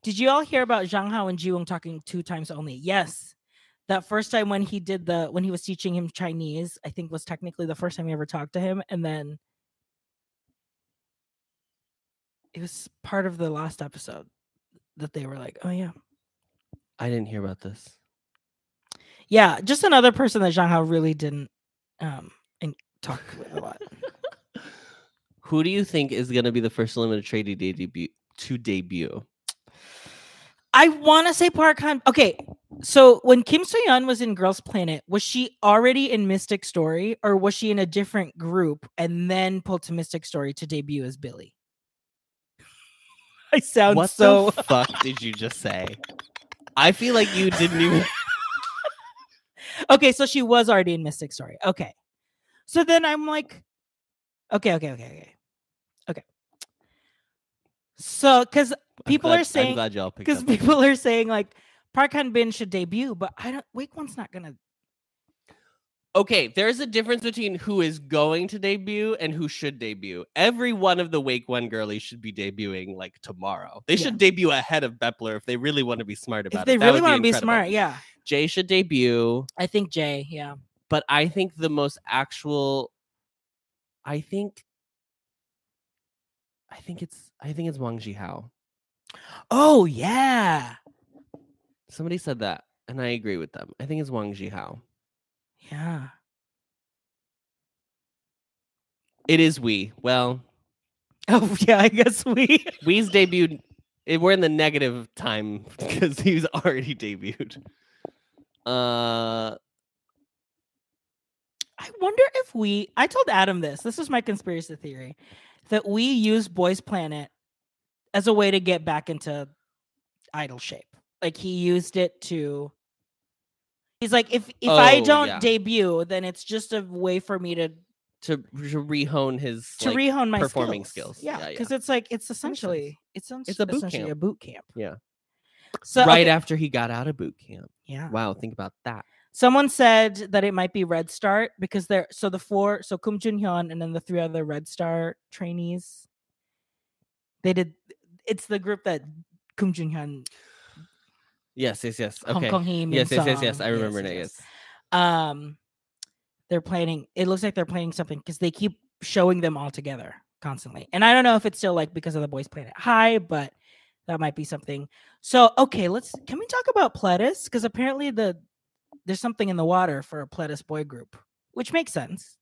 S2: Did you all hear about Zhang Hao and Ji Wong talking two times only? Yes. That first time when he did the when he was teaching him Chinese, I think was technically the first time he ever talked to him. And then it was part of the last episode that they were like, Oh yeah.
S3: I didn't hear about this.
S2: Yeah, just another person that Zhang Hao really didn't um and talk with a lot.
S3: Who do you think is gonna be the first limited trade to debut to debut?
S2: I want to say Park Han. Okay, so when Kim Soyeon was in Girls Planet, was she already in Mystic Story, or was she in a different group and then pulled to Mystic Story to debut as Billy? I sound
S3: what
S2: so.
S3: the fuck did you just say? I feel like you didn't even
S2: Okay, so she was already in Mystic Story. Okay, so then I'm like, okay, okay, okay, okay, okay. So, because People
S3: I'm glad-
S2: are saying-
S3: I'm glad y'all picked
S2: because
S3: up on that.
S2: people are saying like Park Han Bin should debut, but I don't. Wake One's not gonna.
S3: okay, there's a difference between who is going to debut and who should debut. Every one of the Wake One girlies should be debuting like tomorrow. They
S2: Yeah.
S3: should debut ahead of Bepler if they really want to be smart about
S2: If
S3: it.
S2: they
S3: That
S2: really
S3: would
S2: want to be
S3: incredible.
S2: smart, yeah,
S3: Jay should debut,
S2: I think Jay. Yeah.
S3: but I think the most actual I think I think it's I think it's Wang Jihao.
S2: Oh yeah.
S3: Somebody said that and I agree with them. I think it's Wang Jihao.
S2: Yeah.
S3: It is we. Well,
S2: Oh yeah, I guess we
S3: We's debuted. eh, We're in the negative time because he's already debuted. Uh,
S2: I wonder if we I told Adam this. This is my conspiracy theory that we use Boys Planet as a way to get back into idol shape. Like he used it to He's like if if I
S3: Oh,
S2: don't
S3: yeah.
S2: debut then it's just a way for me to
S3: to to rehone his
S2: to
S3: like,
S2: rehone my
S3: performing skills.
S2: Yeah,
S3: Yeah, yeah.
S2: cuz it's like it's essentially it's,
S3: It's a boot
S2: essentially
S3: camp.
S2: a boot camp.
S3: Yeah.
S2: So
S3: right
S2: okay,
S3: after he got out of boot camp.
S2: yeah.
S3: Wow, think about that.
S2: Someone said that it might be Red Start because they're so the four so Kum Jun Hyun and then the three other Red Star trainees. They did. It's the group that Kum Jun Hyun,
S3: Yes, yes, yes.
S2: Hong
S3: Okay.
S2: Kong Hee, Min
S3: Yes, yes, yes, yes.
S2: Sung,
S3: I remember now. Yes.
S2: Um, they're planning. It looks like they're planning something because they keep showing them all together constantly. And I don't know if it's still like because of the Boys Planet High, but that might be something. So okay, let's can we talk about Pledis? Because apparently the there's something in the water for a Pledis boy group, which makes sense.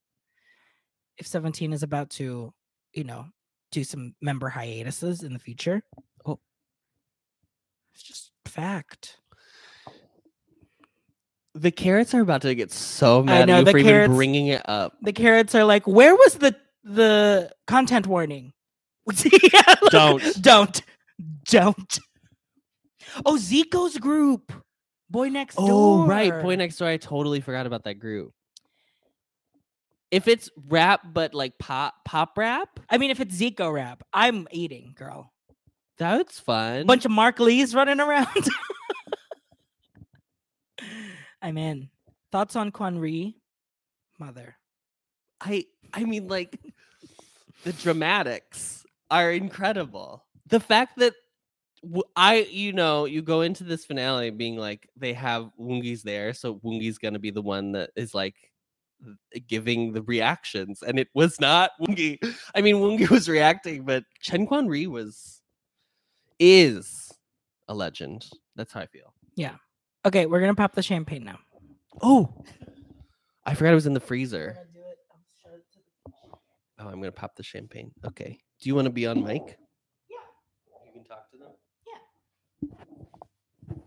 S2: If 17 is about to, you know, do some member hiatuses in the future. Oh. It's just fact.
S3: The carrots are about to get so mad
S2: know,
S3: at
S2: the
S3: you for
S2: carrots-
S3: even bringing it up.
S2: the carrots are like, where was the the content warning? Yeah, like,
S3: Don't.
S2: don't, don't. Oh, Zico's group, boy next door.
S3: Oh, right. Boy next door. I totally forgot about that group. If it's rap but like pop pop rap,
S2: I mean, if it's Zico rap, I'm eating, girl.
S3: that's fun.
S2: A bunch of Mark Lees running around. I'm in. Thoughts on Quan Ri? Mother.
S3: I I mean like the dramatics are incredible. The fact that w- I you know you go into this finale being like they have Woongi's there, so Woongi's gonna be the one that is like th- giving the reactions, and it was not Woongi. I mean Woongi was reacting, but Chen Quan Ri was is a legend. That's how I feel.
S2: Okay, we're gonna pop the champagne now.
S3: Oh, I forgot it was in the freezer.
S1: gonna do it. I'll show it to the
S3: Oh, I'm gonna pop the champagne. Okay. Do you want to be on mic?
S1: Yeah.
S3: You can talk to them.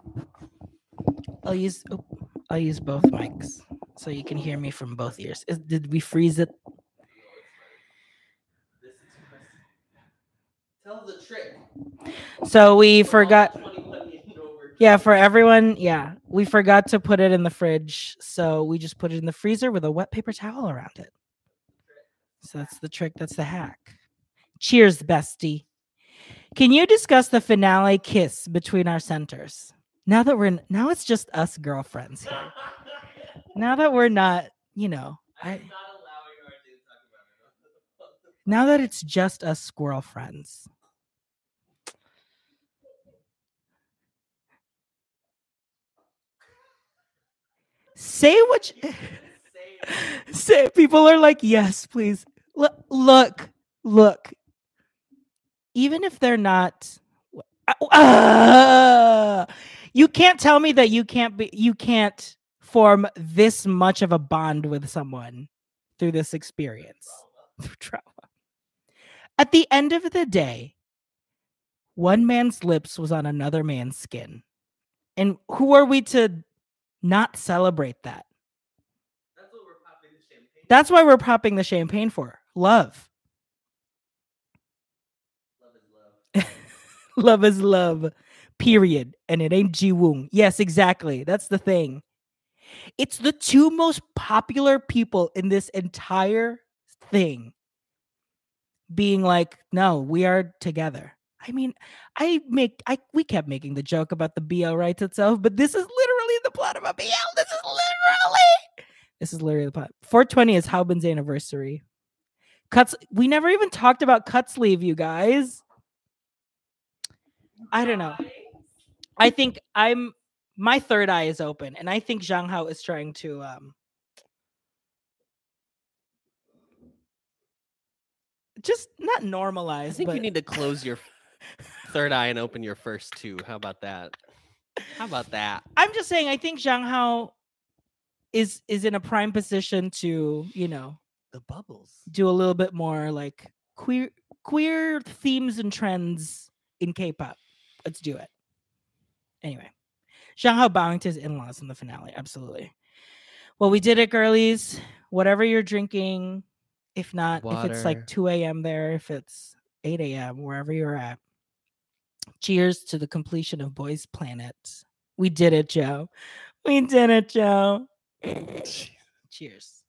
S2: I'll use oop, I'll use both mics so you can hear me from both ears. Is, did we freeze it?
S3: This is Chris. Tell the trick.
S2: So we forgot.
S3: Yeah.
S2: Yeah, for everyone, yeah, we forgot to put it in the fridge, so we just put it in the freezer with a wet paper towel around it. So that's the trick. That's the hack. Cheers, bestie. Can you discuss the finale kiss between our centers? Now that we're in, now it's just us girlfriends here. Now that we're not, you know, I now that it's just us squirrel friends. Say what you, say. People are like, yes, please. Look, look, look. Even if they're not, Ah! you can't tell me that you can't be, you can't form this much of a bond with someone through this experience through trauma. At the end of the day, one man's lips was on another man's skin. And who are we to not celebrate that? That's why we're popping the champagne for love. Love is love, period. And it ain't Ji Woong. Yes, exactly. That's the thing. It's the two most popular people in this entire thing being like, no, we are together. I mean, I make I we kept making the joke about the BL rights itself, but this is literally the plot of a BL. This is literally this is literally the plot. 420 is Haubin's anniversary. Cuts we never even talked about cuts leave, you guys. I don't know. I think I'm my third eye is open, and I think Zhang Hao is trying to um just not normalize.
S3: I think
S2: but
S3: you need to close your third eye and open your first two. How about that? How about that?
S2: I'm just saying I think Zhang Hao is is in a prime position to, you know,
S3: The bubbles.
S2: do a little bit more like queer queer themes and trends in K-pop. Let's do it. Anyway, Zhang Hao bowing to his in-laws in the finale. Absolutely. Well, we did it, girlies. Whatever you're drinking, if not, if it's
S3: Water.
S2: like 2 a.m. there, if it's 8 a.m., wherever you're at. Cheers to the completion of Boys Planet. We did it, Joe. We did it, Joe. Cheers.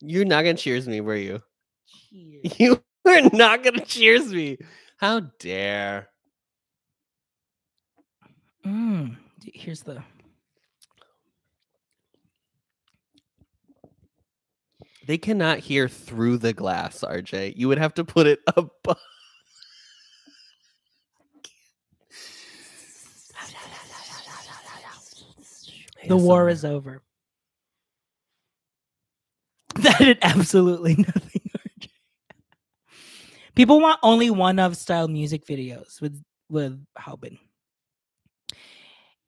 S3: You're not gonna cheers me, were you?
S2: Cheers.
S3: You are not gonna cheers me. How dare?
S2: Mm, d- here's the.
S3: They cannot hear through the glass, RJ. You would have to put it above.
S2: The war is over. That did absolutely nothing. RJ. People want only one of style music videos with with Haubin.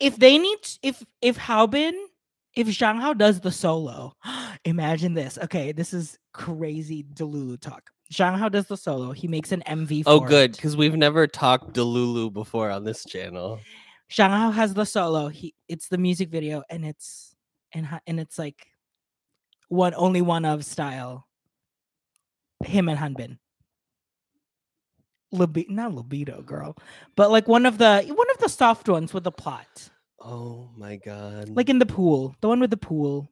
S2: If they need, t- if if Haubin, if Zhang Hao does the solo, imagine this. Okay, this is crazy Delulu talk. Zhang Hao does the solo. He makes an MV.
S3: Oh,
S2: for it.
S3: good, because we've never talked Delulu before on this channel.
S2: Shanghao has the solo. He it's the music video and it's and Ha- and it's like one only one of style. Him and Hanbin. Libi- not libido girl, but like one of the one of the soft ones with the plot.
S3: Oh my god!
S2: Like in the pool, the one with the pool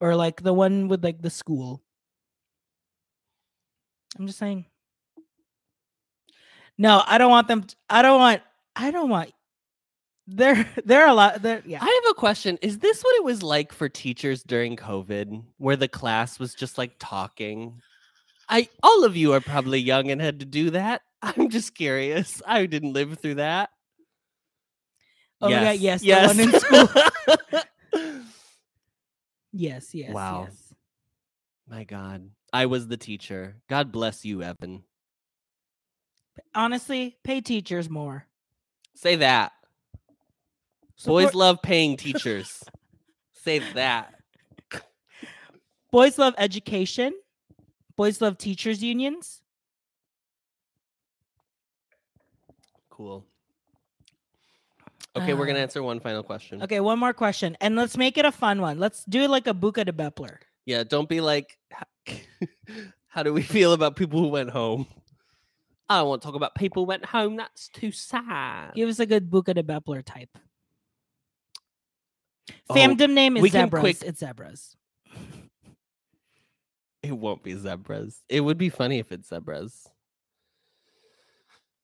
S2: or like the one with like the school. I'm just saying. No, I don't want them t- I don't want I don't want There, there are a lot. There, yeah.
S3: I have a question. Is this what it was like for teachers during COVID, where the class was just like talking? I all of you are probably young and had to do that. I'm just curious. I didn't live through that.
S2: Oh my God, yes, the one in yes. Yes.
S3: Wow.
S2: Yes.
S3: my God. I was the teacher. God bless you, Evan.
S2: Honestly, pay teachers more.
S3: Say that. Boys
S2: Support-
S3: love paying teachers. Say that.
S2: Boys love education. Boys love teachers unions.
S3: Cool. Okay, we're gonna
S2: Uh,
S3: answer one final question.
S2: Okay, one more question, and let's make it a fun one. Let's do it like a Buka de Bepler.
S3: Yeah, don't be like, "H- how do we feel about people who went home? I don't want to talk about people who went home. That's too sad.
S2: Give us a good Buka de Bepler type.
S3: Oh,
S2: Fandom name
S3: we
S2: is
S3: can
S2: zebras.
S3: quick-
S2: It's zebras.
S3: It won't be zebras. It would be funny if it's zebras.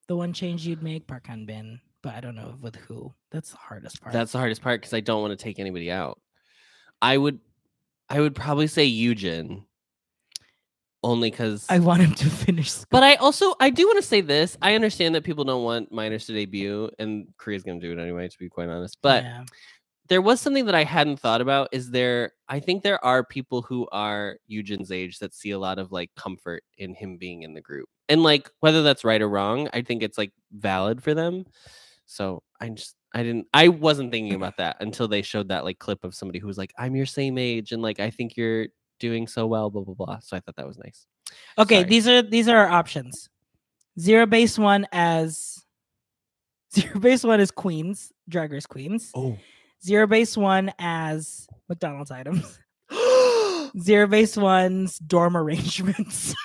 S2: The one change you'd make, Park Han Bin, but I don't know with who. That's the hardest part.
S3: That's the hardest part because I don't want to take anybody out. I would, I would probably say Eugen, only because
S2: I want him to finish. School.
S3: But I also I do want to say this. I understand that people don't want minors to debut, and Korea's gonna do it anyway, to be quite honest. But
S2: Yeah.
S3: there was something that I hadn't thought about. Is there I think there are people who are Eugen's age that see a lot of like comfort in him being in the group. And like whether that's right or wrong, I think it's like valid for them. So I just I didn't I wasn't thinking about that until they showed that like clip of somebody who was like, I'm your same age and like I think you're doing so well, blah blah blah. So I thought that was nice.
S2: Okay,
S3: Sorry.
S2: these are these are our options. Zero base one as zero base one is Queens, Drag Race Queens.
S3: Oh.
S2: Zero base one as McDonald's items. Zero base one's dorm arrangements.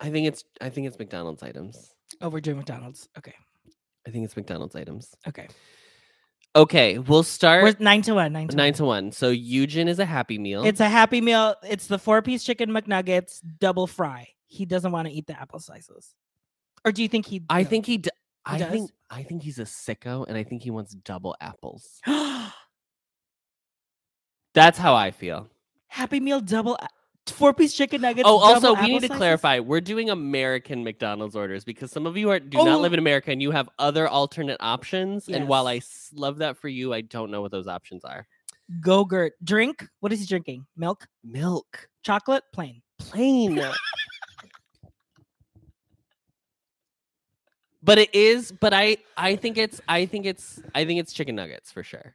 S3: I think it's I think it's McDonald's items.
S2: oh, we're doing McDonald's. Okay,
S3: I think it's McDonald's items.
S2: okay.
S3: Okay, we'll start
S2: We're nine to one. Nine to
S3: nine to one. So Eugen is a happy meal.
S2: one. It's a happy meal. It's the four piece chicken McNuggets, double fry. He doesn't want to eat the apple slices. Or do you think he?
S3: I
S2: no.
S3: think he. D- I
S2: does?
S3: think I think he's a sicko, and I think he wants double apples. That's how I feel.
S2: happy meal double four piece chicken nuggets.
S3: oh, also
S2: double
S3: we need
S2: apple
S3: to
S2: slices?
S3: clarify: we're doing American McDonald's orders because some of you are do not live
S2: Oh.
S3: in America and you have other alternate options. And while I
S2: Yes.
S3: s- love that for you, I don't know what those options are.
S2: Go-gurt. Drink. What is he drinking? Milk?
S3: Milk,
S2: Chocolate? Plain.
S3: plain. but it is but i i think it's i think it's i think it's chicken nuggets for sure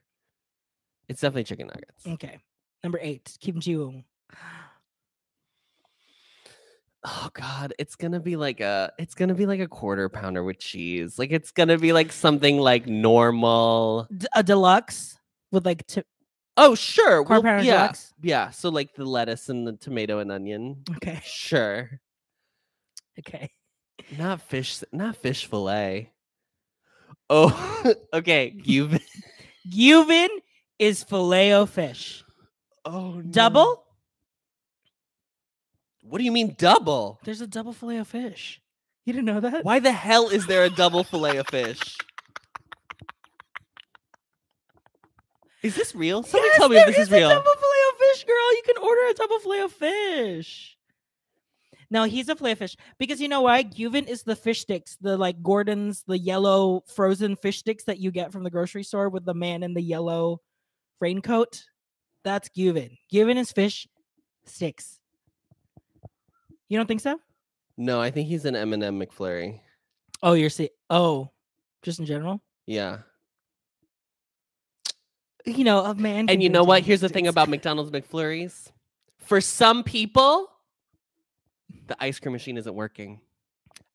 S3: it's definitely chicken nuggets
S2: Okay. Number eight. Kim Ji Woon.
S3: oh god it's gonna be like a it's gonna be like a quarter pounder with cheese like it's gonna be like something like normal
S2: D- a deluxe with like t-
S3: oh sure
S2: quarter
S3: well,
S2: pounder
S3: yeah
S2: deluxe.
S3: yeah so like the lettuce and the tomato and onion
S2: Okay.
S3: sure
S2: Okay.
S3: not fish not fish fillet oh okay you've
S2: Yuvin is filet o fish.
S3: oh no.
S2: Double?
S3: what do you mean double
S2: There's a double filet o fish. You didn't know that?
S3: Why the hell is there a double fillet of fish? Is this real? Somebody
S2: Yes,
S3: tell me if
S2: there
S3: this is
S2: a
S3: real.
S2: double filet o fish, girl. You can order a double filet o fish. No, he's a filet o fish because you know why? Guven is the fish sticks, the like Gordon's, the yellow frozen fish sticks that you get from the grocery store with the man in the yellow raincoat. That's Guven. Guven is fish sticks. You don't think so?
S3: no, I think he's an M&M McFlurry.
S2: Oh, you're see. Oh, just in general.
S3: Yeah.
S2: You know, a man. can
S3: And you
S2: do
S3: know what?
S2: double
S3: Here's the thing
S2: sticks.
S3: about McDonald's McFlurries. For some people, the ice cream machine isn't working.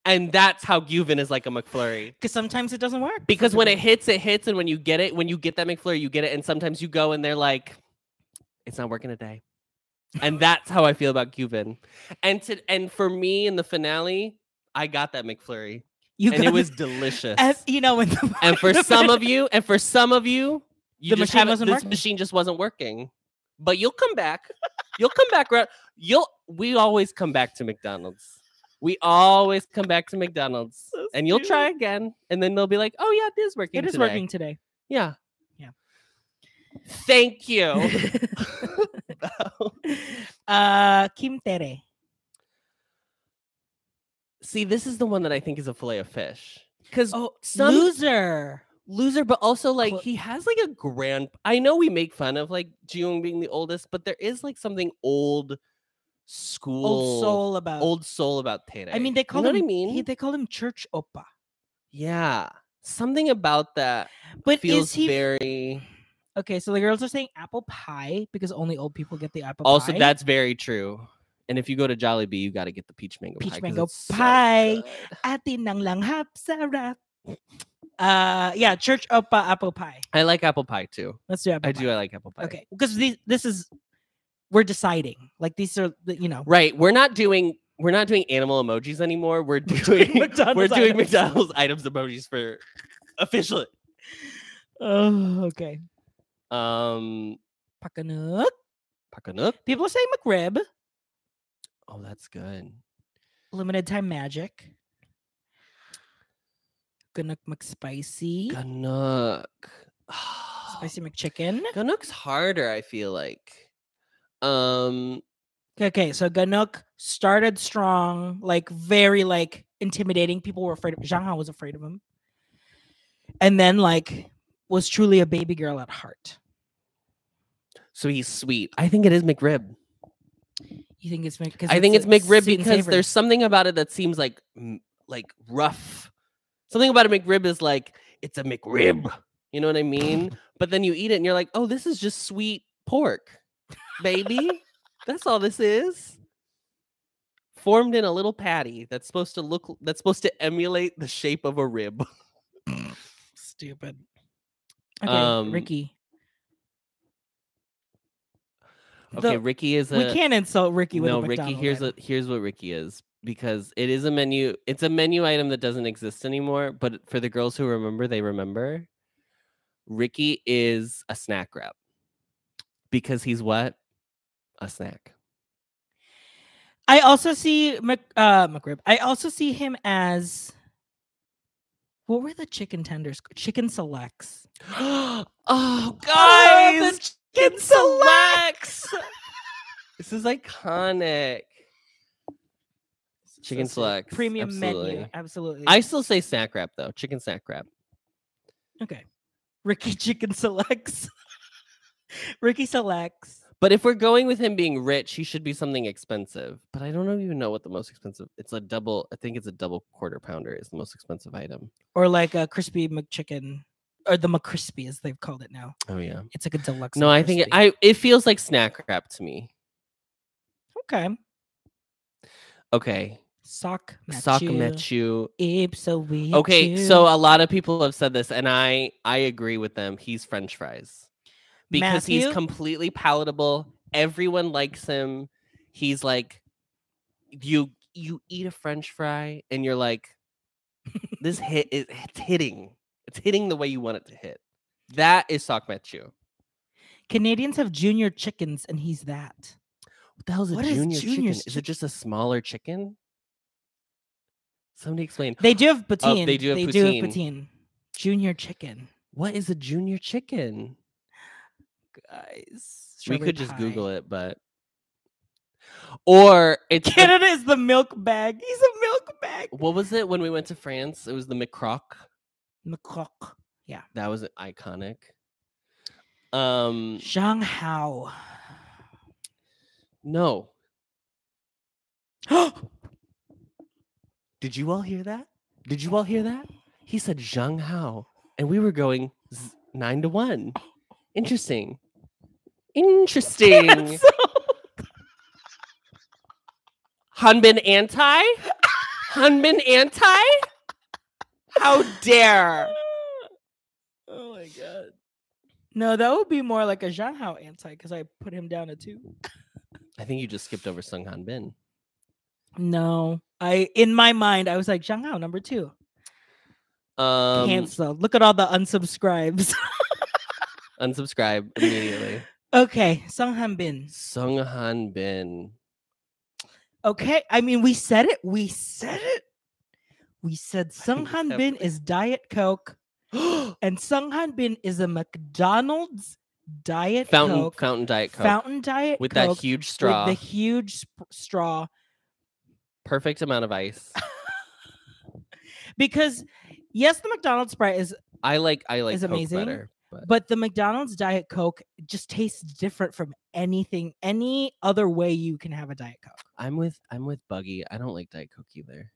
S3: And that's how Guven is like a McFlurry.
S2: because sometimes it doesn't work.
S3: Because when it
S2: hits.
S3: hits, it hits. And when you get it, when you get that McFlurry, you get it. And sometimes you go and they're like, it's not working today. And that's how I feel about Cuban. And to, and for me in the finale, I got that McFlurry.
S2: you
S3: and
S2: got
S3: it was
S2: this-
S3: delicious.
S2: And, you know, when the
S3: and for
S2: market-
S3: some of you, and for some of you, you
S2: The
S3: just
S2: machine
S3: haven't-
S2: wasn't
S3: this
S2: working.
S3: machine just wasn't working. But you'll come back. You'll come back around. You'll we always come back to McDonald's. We always come back to McDonald's,
S2: So
S3: and you'll
S2: stupid.
S3: try again, and then they'll be like, "Oh yeah, it is working.
S2: It is
S3: today."
S2: working today.
S3: Yeah.
S2: Yeah.
S3: Thank you.
S2: uh, Kim Tere.
S3: See, this is the one that I think is a fillet of fish. Because
S2: Oh,
S3: some-
S2: loser.
S3: loser, but also like
S2: Cl-
S3: he has like a grand. I know we make fun of like Jiwoong being the oldest, but there is like something old school,
S2: Old soul about.
S3: old soul about Taylor.
S2: I mean, they call
S3: you know
S2: him.
S3: what I mean.
S2: he- they call him church oppa.
S3: yeah, something about that
S2: But
S3: feels
S2: is he?
S3: very.
S2: okay, so the girls are saying apple pie because only old people get the apple pie.
S3: Also, that's very true. And if you go to Jollibee, you got to get the peach mango
S2: Peach
S3: pie. 'cause
S2: mango
S3: it's so
S2: pie.
S3: good.
S2: atin ng langhap sarap. Uh, yeah, church oppa apple pie.
S3: I like apple pie too.
S2: Let's do apple.
S3: I
S2: pie.
S3: do. I like apple pie.
S2: Okay, because these this is we're deciding. Like these are the- you know
S3: Right. We're not doing we're not doing animal emojis anymore. We're doing
S2: McDonald's
S3: we're doing
S2: items.
S3: McDonald's items emojis for officially.
S2: Oh, okay.
S3: Um
S2: Pakanuk.
S3: Pakanuk.
S2: People are saying McRib.
S3: Oh, that's good.
S2: Limited time magic. Ganuk McSpicy.
S3: Ganuk.
S2: Spicy McChicken.
S3: Ganuk's harder, I feel like. Um
S2: Okay, so Ganuk started strong, like very like intimidating. People were afraid of Zhang Hao was afraid of him. And then like was truly a baby girl at heart.
S3: so he's sweet. I think it is McRib.
S2: You think it's Mc- 'cause
S3: I think
S2: a
S3: it's McRib
S2: sweet and
S3: because
S2: savory.
S3: there's something about it that seems like m- like rough. Something about a McRib is like it's a McRib. You know what I mean? but then you eat it and you're like, oh, this is just sweet pork, baby. that's all this is. Formed in a little patty that's supposed to look that's supposed to emulate the shape of a rib.
S2: stupid. Okay,
S3: Um,
S2: Ricky.
S3: Okay,
S2: The-
S3: Ricky is a
S2: we can't insult Ricky with
S3: no,
S2: a
S3: Ricky.
S2: McDonald's
S3: Here's
S2: item.
S3: what here's what Ricky is because it is a menu. It's a menu item that doesn't exist anymore. But for the girls who remember, they remember. Ricky is a snack wrap because he's what a snack.
S2: I also see Mc, uh, McRib. I also see him as what were the chicken tenders? Chicken selects.
S3: oh,
S2: Oh, the
S3: guys,
S2: chicken selects.
S3: this is iconic. Chicken
S2: So sick.
S3: selects,
S2: Premium menu.
S3: absolutely.
S2: Absolutely.
S3: I still say snack wrap though. Chicken snack wrap.
S2: okay. Ricky chicken selects. Ricky selects.
S3: But if we're going with him being rich, he should be something expensive. But I don't even know what the most expensive. It's a double. I think it's a double quarter pounder is the most expensive item.
S2: Or like a crispy McChicken. Or the McCrispy as they've called it now.
S3: Oh yeah.
S2: It's like a deluxe.
S3: No, I think it,
S2: McCrispy.
S3: I. It feels like snack wrap to me.
S2: Okay.
S3: Okay,
S2: Sock match.
S3: sock mechu.
S2: Ipswich.
S3: Okay, so uh, a lot of people have said this, and I I agree with them. He's French fries because he's
S2: Matthew?
S3: completely palatable. Everyone likes him. He's like you you eat a French fry and you're like, this hit is it's hitting. It's hitting the way you want it to hit. That is sock mechu. What
S2: Canadians have junior chickens, and he's that.
S3: the hell is a
S2: What is
S3: junior chicken?
S2: junior's
S3: Is it
S2: chick-
S3: just a smaller chicken? Somebody explain.
S2: They do have poutine.
S3: Oh, they do have poutine.
S2: poutine. Junior chicken,
S3: What is a junior chicken?
S2: guys.
S3: we could just Google it, but or it's the-
S2: Canada is the milk bag. He's a milk bag.
S3: what was it when we went to France? It was the McCroc.
S2: McCook.
S3: That was iconic. Um,
S2: Zhang Hao.
S3: no, did you all hear that? Did you all hear that? He said Zhang Hao, and we were going z- nine to one. Interesting. Interesting. Hanbin anti. Hanbin anti. How dare!
S2: oh my god. No, that would be more like a Zhang Hao anti because I put him down at two.
S3: I think you just skipped over Sung Han Bin.
S2: No, I in my mind I was like Zhang Hao number two.
S3: Um,
S2: canceled. Look at all the unsubscribes.
S3: unsubscribe immediately.
S2: okay, Sung Han Bin.
S3: Sung Han Bin.
S2: Okay. I mean, we said it. We said it. We said Sung Han
S3: said
S2: Bin
S3: it.
S2: is Diet Coke, and Sung Han Bin is a McDonald's Diet
S3: fountain
S2: Coke,
S3: fountain diet coke
S2: fountain Diet
S3: with
S2: Coke
S3: that huge straw,
S2: with the huge sp- straw.
S3: perfect amount of ice.
S2: Because yes, the McDonald's Sprite is,
S3: I like I like
S2: Is
S3: Coke
S2: amazing,
S3: better. But,
S2: but the McDonald's Diet Coke just tastes different from anything, any other way you can have a Diet Coke.
S3: I'm with I'm with Buggy. I don't like Diet Coke either.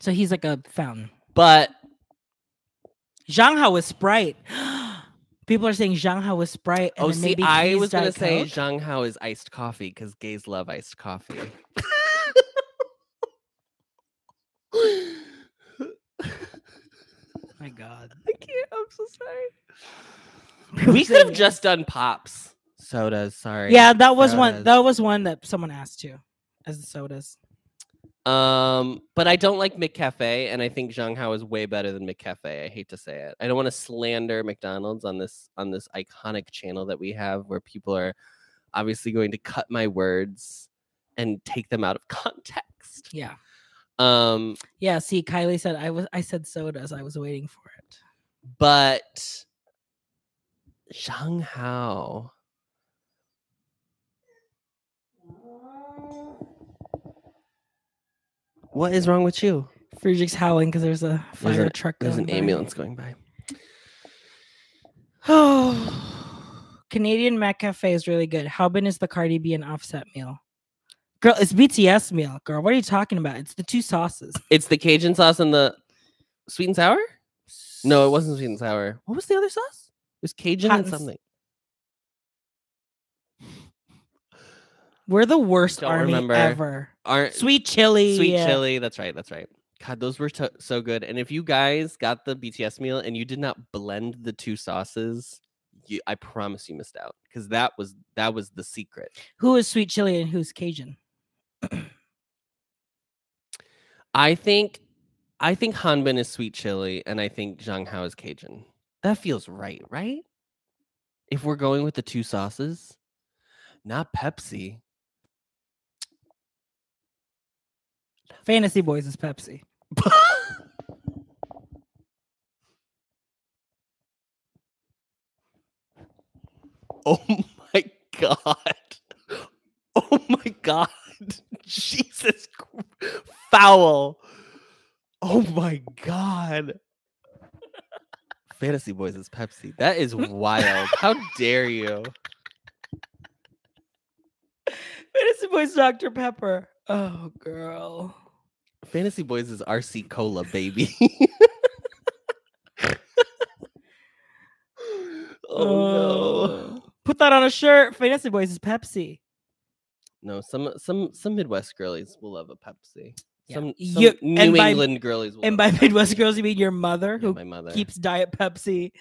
S2: So he's like a fountain.
S3: But
S2: Zhang Hao was Sprite. People are saying Zhang Hao was Sprite. And
S3: oh,
S2: then
S3: see,
S2: maybe
S3: I
S2: he's
S3: was gonna
S2: Diet
S3: say
S2: Coke.
S3: Zhang Hao is iced coffee because gays love iced coffee.
S2: my God.
S3: I can't. I'm so sorry.
S2: People
S3: We could
S2: say-
S3: have just done pops, sodas. Sorry.
S2: Yeah, that was one.
S3: sodas.
S2: That was one that someone asked too, as the sodas.
S3: Um, but I don't like McCafe, and I think Zhang Hao is way better than McCafe. I hate to say it. I don't want to slander McDonald's on this on this iconic channel that we have, where people are obviously going to cut my words and take them out of context.
S2: Yeah,
S3: Um,
S2: yeah. See, Kylie said I was. I said sodas. I was waiting for it.
S3: but Zhang Hao, what is wrong with you?
S2: Friedrich's howling because there's a fire
S3: There's an-
S2: truck.
S3: There's
S2: going
S3: an
S2: by.
S3: ambulance going by.
S2: Oh, Canadian Mac Cafe is really good. How been is the Cardi B and Offset meal? Girl, it's BTS meal. Girl, what are you talking about? It's the two sauces.
S3: It's the Cajun sauce and the sweet and sour. No, it wasn't sweet and sour. What was the other sauce? It was Cajun
S2: Hot
S3: and
S2: and s-
S3: something.
S2: We're the worst
S3: Don't
S2: army
S3: remember.
S2: ever.
S3: Aren't
S2: Sweet
S3: sweet,
S2: chili. yeah.
S3: chili? That's right. That's right. God, those were to- so good. And if you guys got the BTS meal and you did not blend the two sauces, you, I promise you missed out because that was that was the secret.
S2: Who is sweet chili and who's Cajun?
S3: I think, I think Hanbin is sweet chili, and I think Zhang Hao is Cajun. That feels right, right? If we're going with the two sauces, not Pepsi.
S2: Fantasy Boys is Pepsi.
S3: oh my god. Oh my god. Jesus Chr- foul. Oh my god. Fantasy Boys is Pepsi. That is wild. How dare you?
S2: Fantasy Boys Dr. Pepper. Oh, girl.
S3: Fantasy Boys is RC Cola, baby. oh no.
S2: Put that on a shirt. Fantasy Boys is Pepsi.
S3: No, some some some Midwest girlies will love a Pepsi.
S2: Yeah.
S3: Some, some
S2: You-
S3: New
S2: and by-
S3: England girlies will.
S2: And by
S3: love
S2: Midwest girls, you mean your mother
S3: Pepsi. Yeah,
S2: who
S3: my mother.
S2: keeps Diet Pepsi.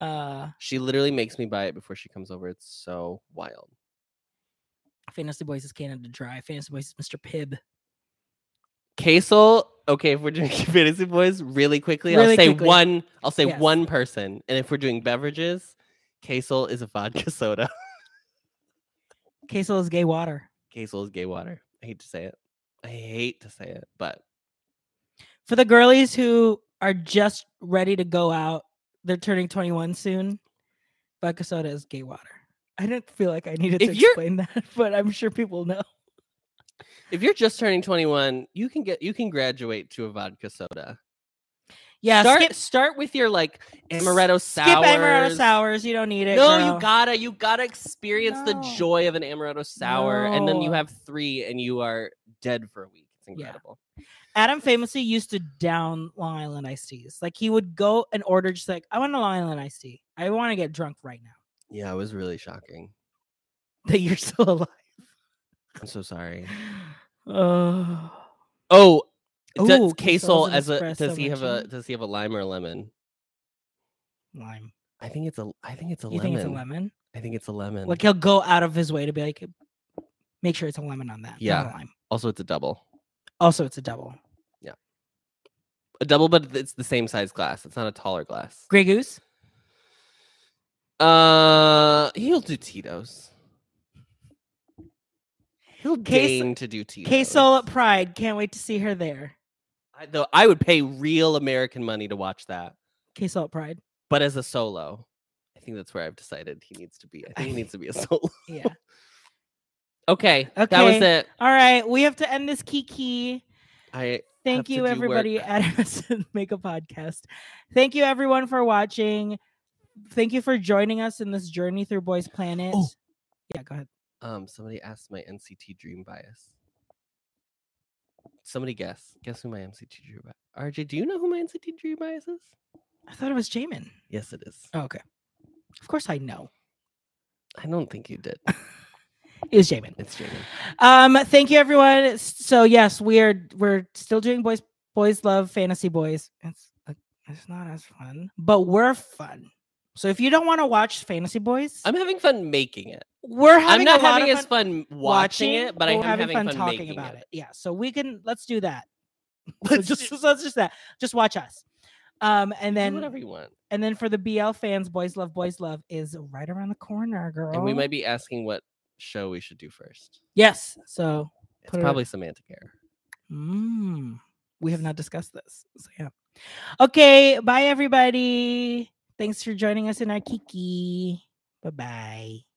S2: Uh,
S3: She literally makes me buy it before she comes over. It's so wild.
S2: Fantasy Boys is Canada Dry. Fantasy Boys is Mr. Pibb.
S3: Queso. Okay, if we're doing Fantasy Boys, really quickly,
S2: Really
S3: I'll say
S2: quickly.
S3: one. I'll say
S2: Yes.
S3: one person. And if we're doing beverages, Queso is a vodka soda.
S2: Queso is gay water.
S3: Queso is gay water. I hate to say it. I hate to say it, but
S2: For the girlies who are just ready to go out, they're turning 21 soon. Vodka soda is gay water. I didn't feel like I needed to
S3: If you're-
S2: explain that, but I'm sure people know.
S3: if you're just turning 21, you can get you can graduate to a vodka soda.
S2: Yeah,
S3: start
S2: skip,
S3: start with your like amaretto sour.
S2: skip amaretto sours. You don't need it.
S3: No,
S2: girl.
S3: you gotta you gotta experience the
S2: No.
S3: joy of an amaretto sour, and then you
S2: No.
S3: have three, and you are dead for a week. It's
S2: Yeah.
S3: incredible.
S2: Adam famously used to down Long Island iced teas. Like he would go and order just like, I want a Long Island iced tea. I want to get drunk right now.
S3: Yeah. it was really shocking.
S2: That you're still alive.
S3: I'm so sorry.
S2: Oh.
S3: Oh, does
S2: Ooh, queso
S3: queso
S2: is an
S3: as a
S2: espresso
S3: does he have a
S2: martini?
S3: does he have a lime or a lemon?
S2: lime.
S3: I think it's a I think it's a
S2: you
S3: lemon.
S2: think it's a lemon?
S3: I think it's a lemon.
S2: Like he'll go out of his way to be like, make sure it's a lemon on that. not a
S3: Yeah.
S2: lime.
S3: also, it's a double.
S2: Also, it's a double.
S3: A double, but it's the same size glass. It's not a taller glass.
S2: Grey Goose.
S3: Uh, he'll do Tito's. He'll
S2: Case-
S3: deign to do Tito's.
S2: K Soul at Pride. Can't wait to see her there.
S3: I, though I would pay real American money to watch that,
S2: K Soul at Pride.
S3: but as a solo, I think that's where I've decided he needs to be. I think he needs to be a solo.
S2: Yeah.
S3: Okay, that was
S2: Okay.
S3: it.
S2: All right. We have to end this Kiki.
S3: I
S2: Thank
S3: to
S2: you,
S3: do
S2: everybody
S3: work.
S2: at Innocent Make a Podcast. Thank you, everyone, for watching. Thank you for joining us in this journey through Boys Planet.
S3: Oh.
S2: Yeah, go ahead.
S3: um somebody asked my NCT dream bias. Somebody guess. Guess who my NCT dream bias? RJ, do you know who my NCT dream bias is?
S2: I thought it was Jamin.
S3: Yes, it is.
S2: Oh, okay. Of course I know.
S3: I don't think you did.
S2: It was Jamin.
S3: It's Jamin.
S2: Um, thank you everyone. S- So yes, we are we're still doing boys boys love fantasy boys. It's uh, it's not as fun, but we're fun. So if you don't want to watch Fantasy Boys,
S3: I'm having fun making it.
S2: we're having
S3: I'm not
S2: a lot
S3: having
S2: of
S3: as fun watching it, but I am
S2: we're
S3: having, fun,
S2: talking
S3: making
S2: about
S3: it.
S2: it. Yeah, so we can let's do that. Let's
S3: Let's
S2: just so let's just that. Just watch us. Um, and
S3: do whatever
S2: then
S3: you want.
S2: and then for the BL fans, boys love boys love is right around the corner, girl.
S3: And we might be asking what show we should do first.
S2: yes. So
S3: It's
S2: Put it-
S3: probably semantic error.
S2: Mm, we have not discussed this. So yeah. Okay. Bye, everybody. Thanks for joining us in our kiki. Bye bye.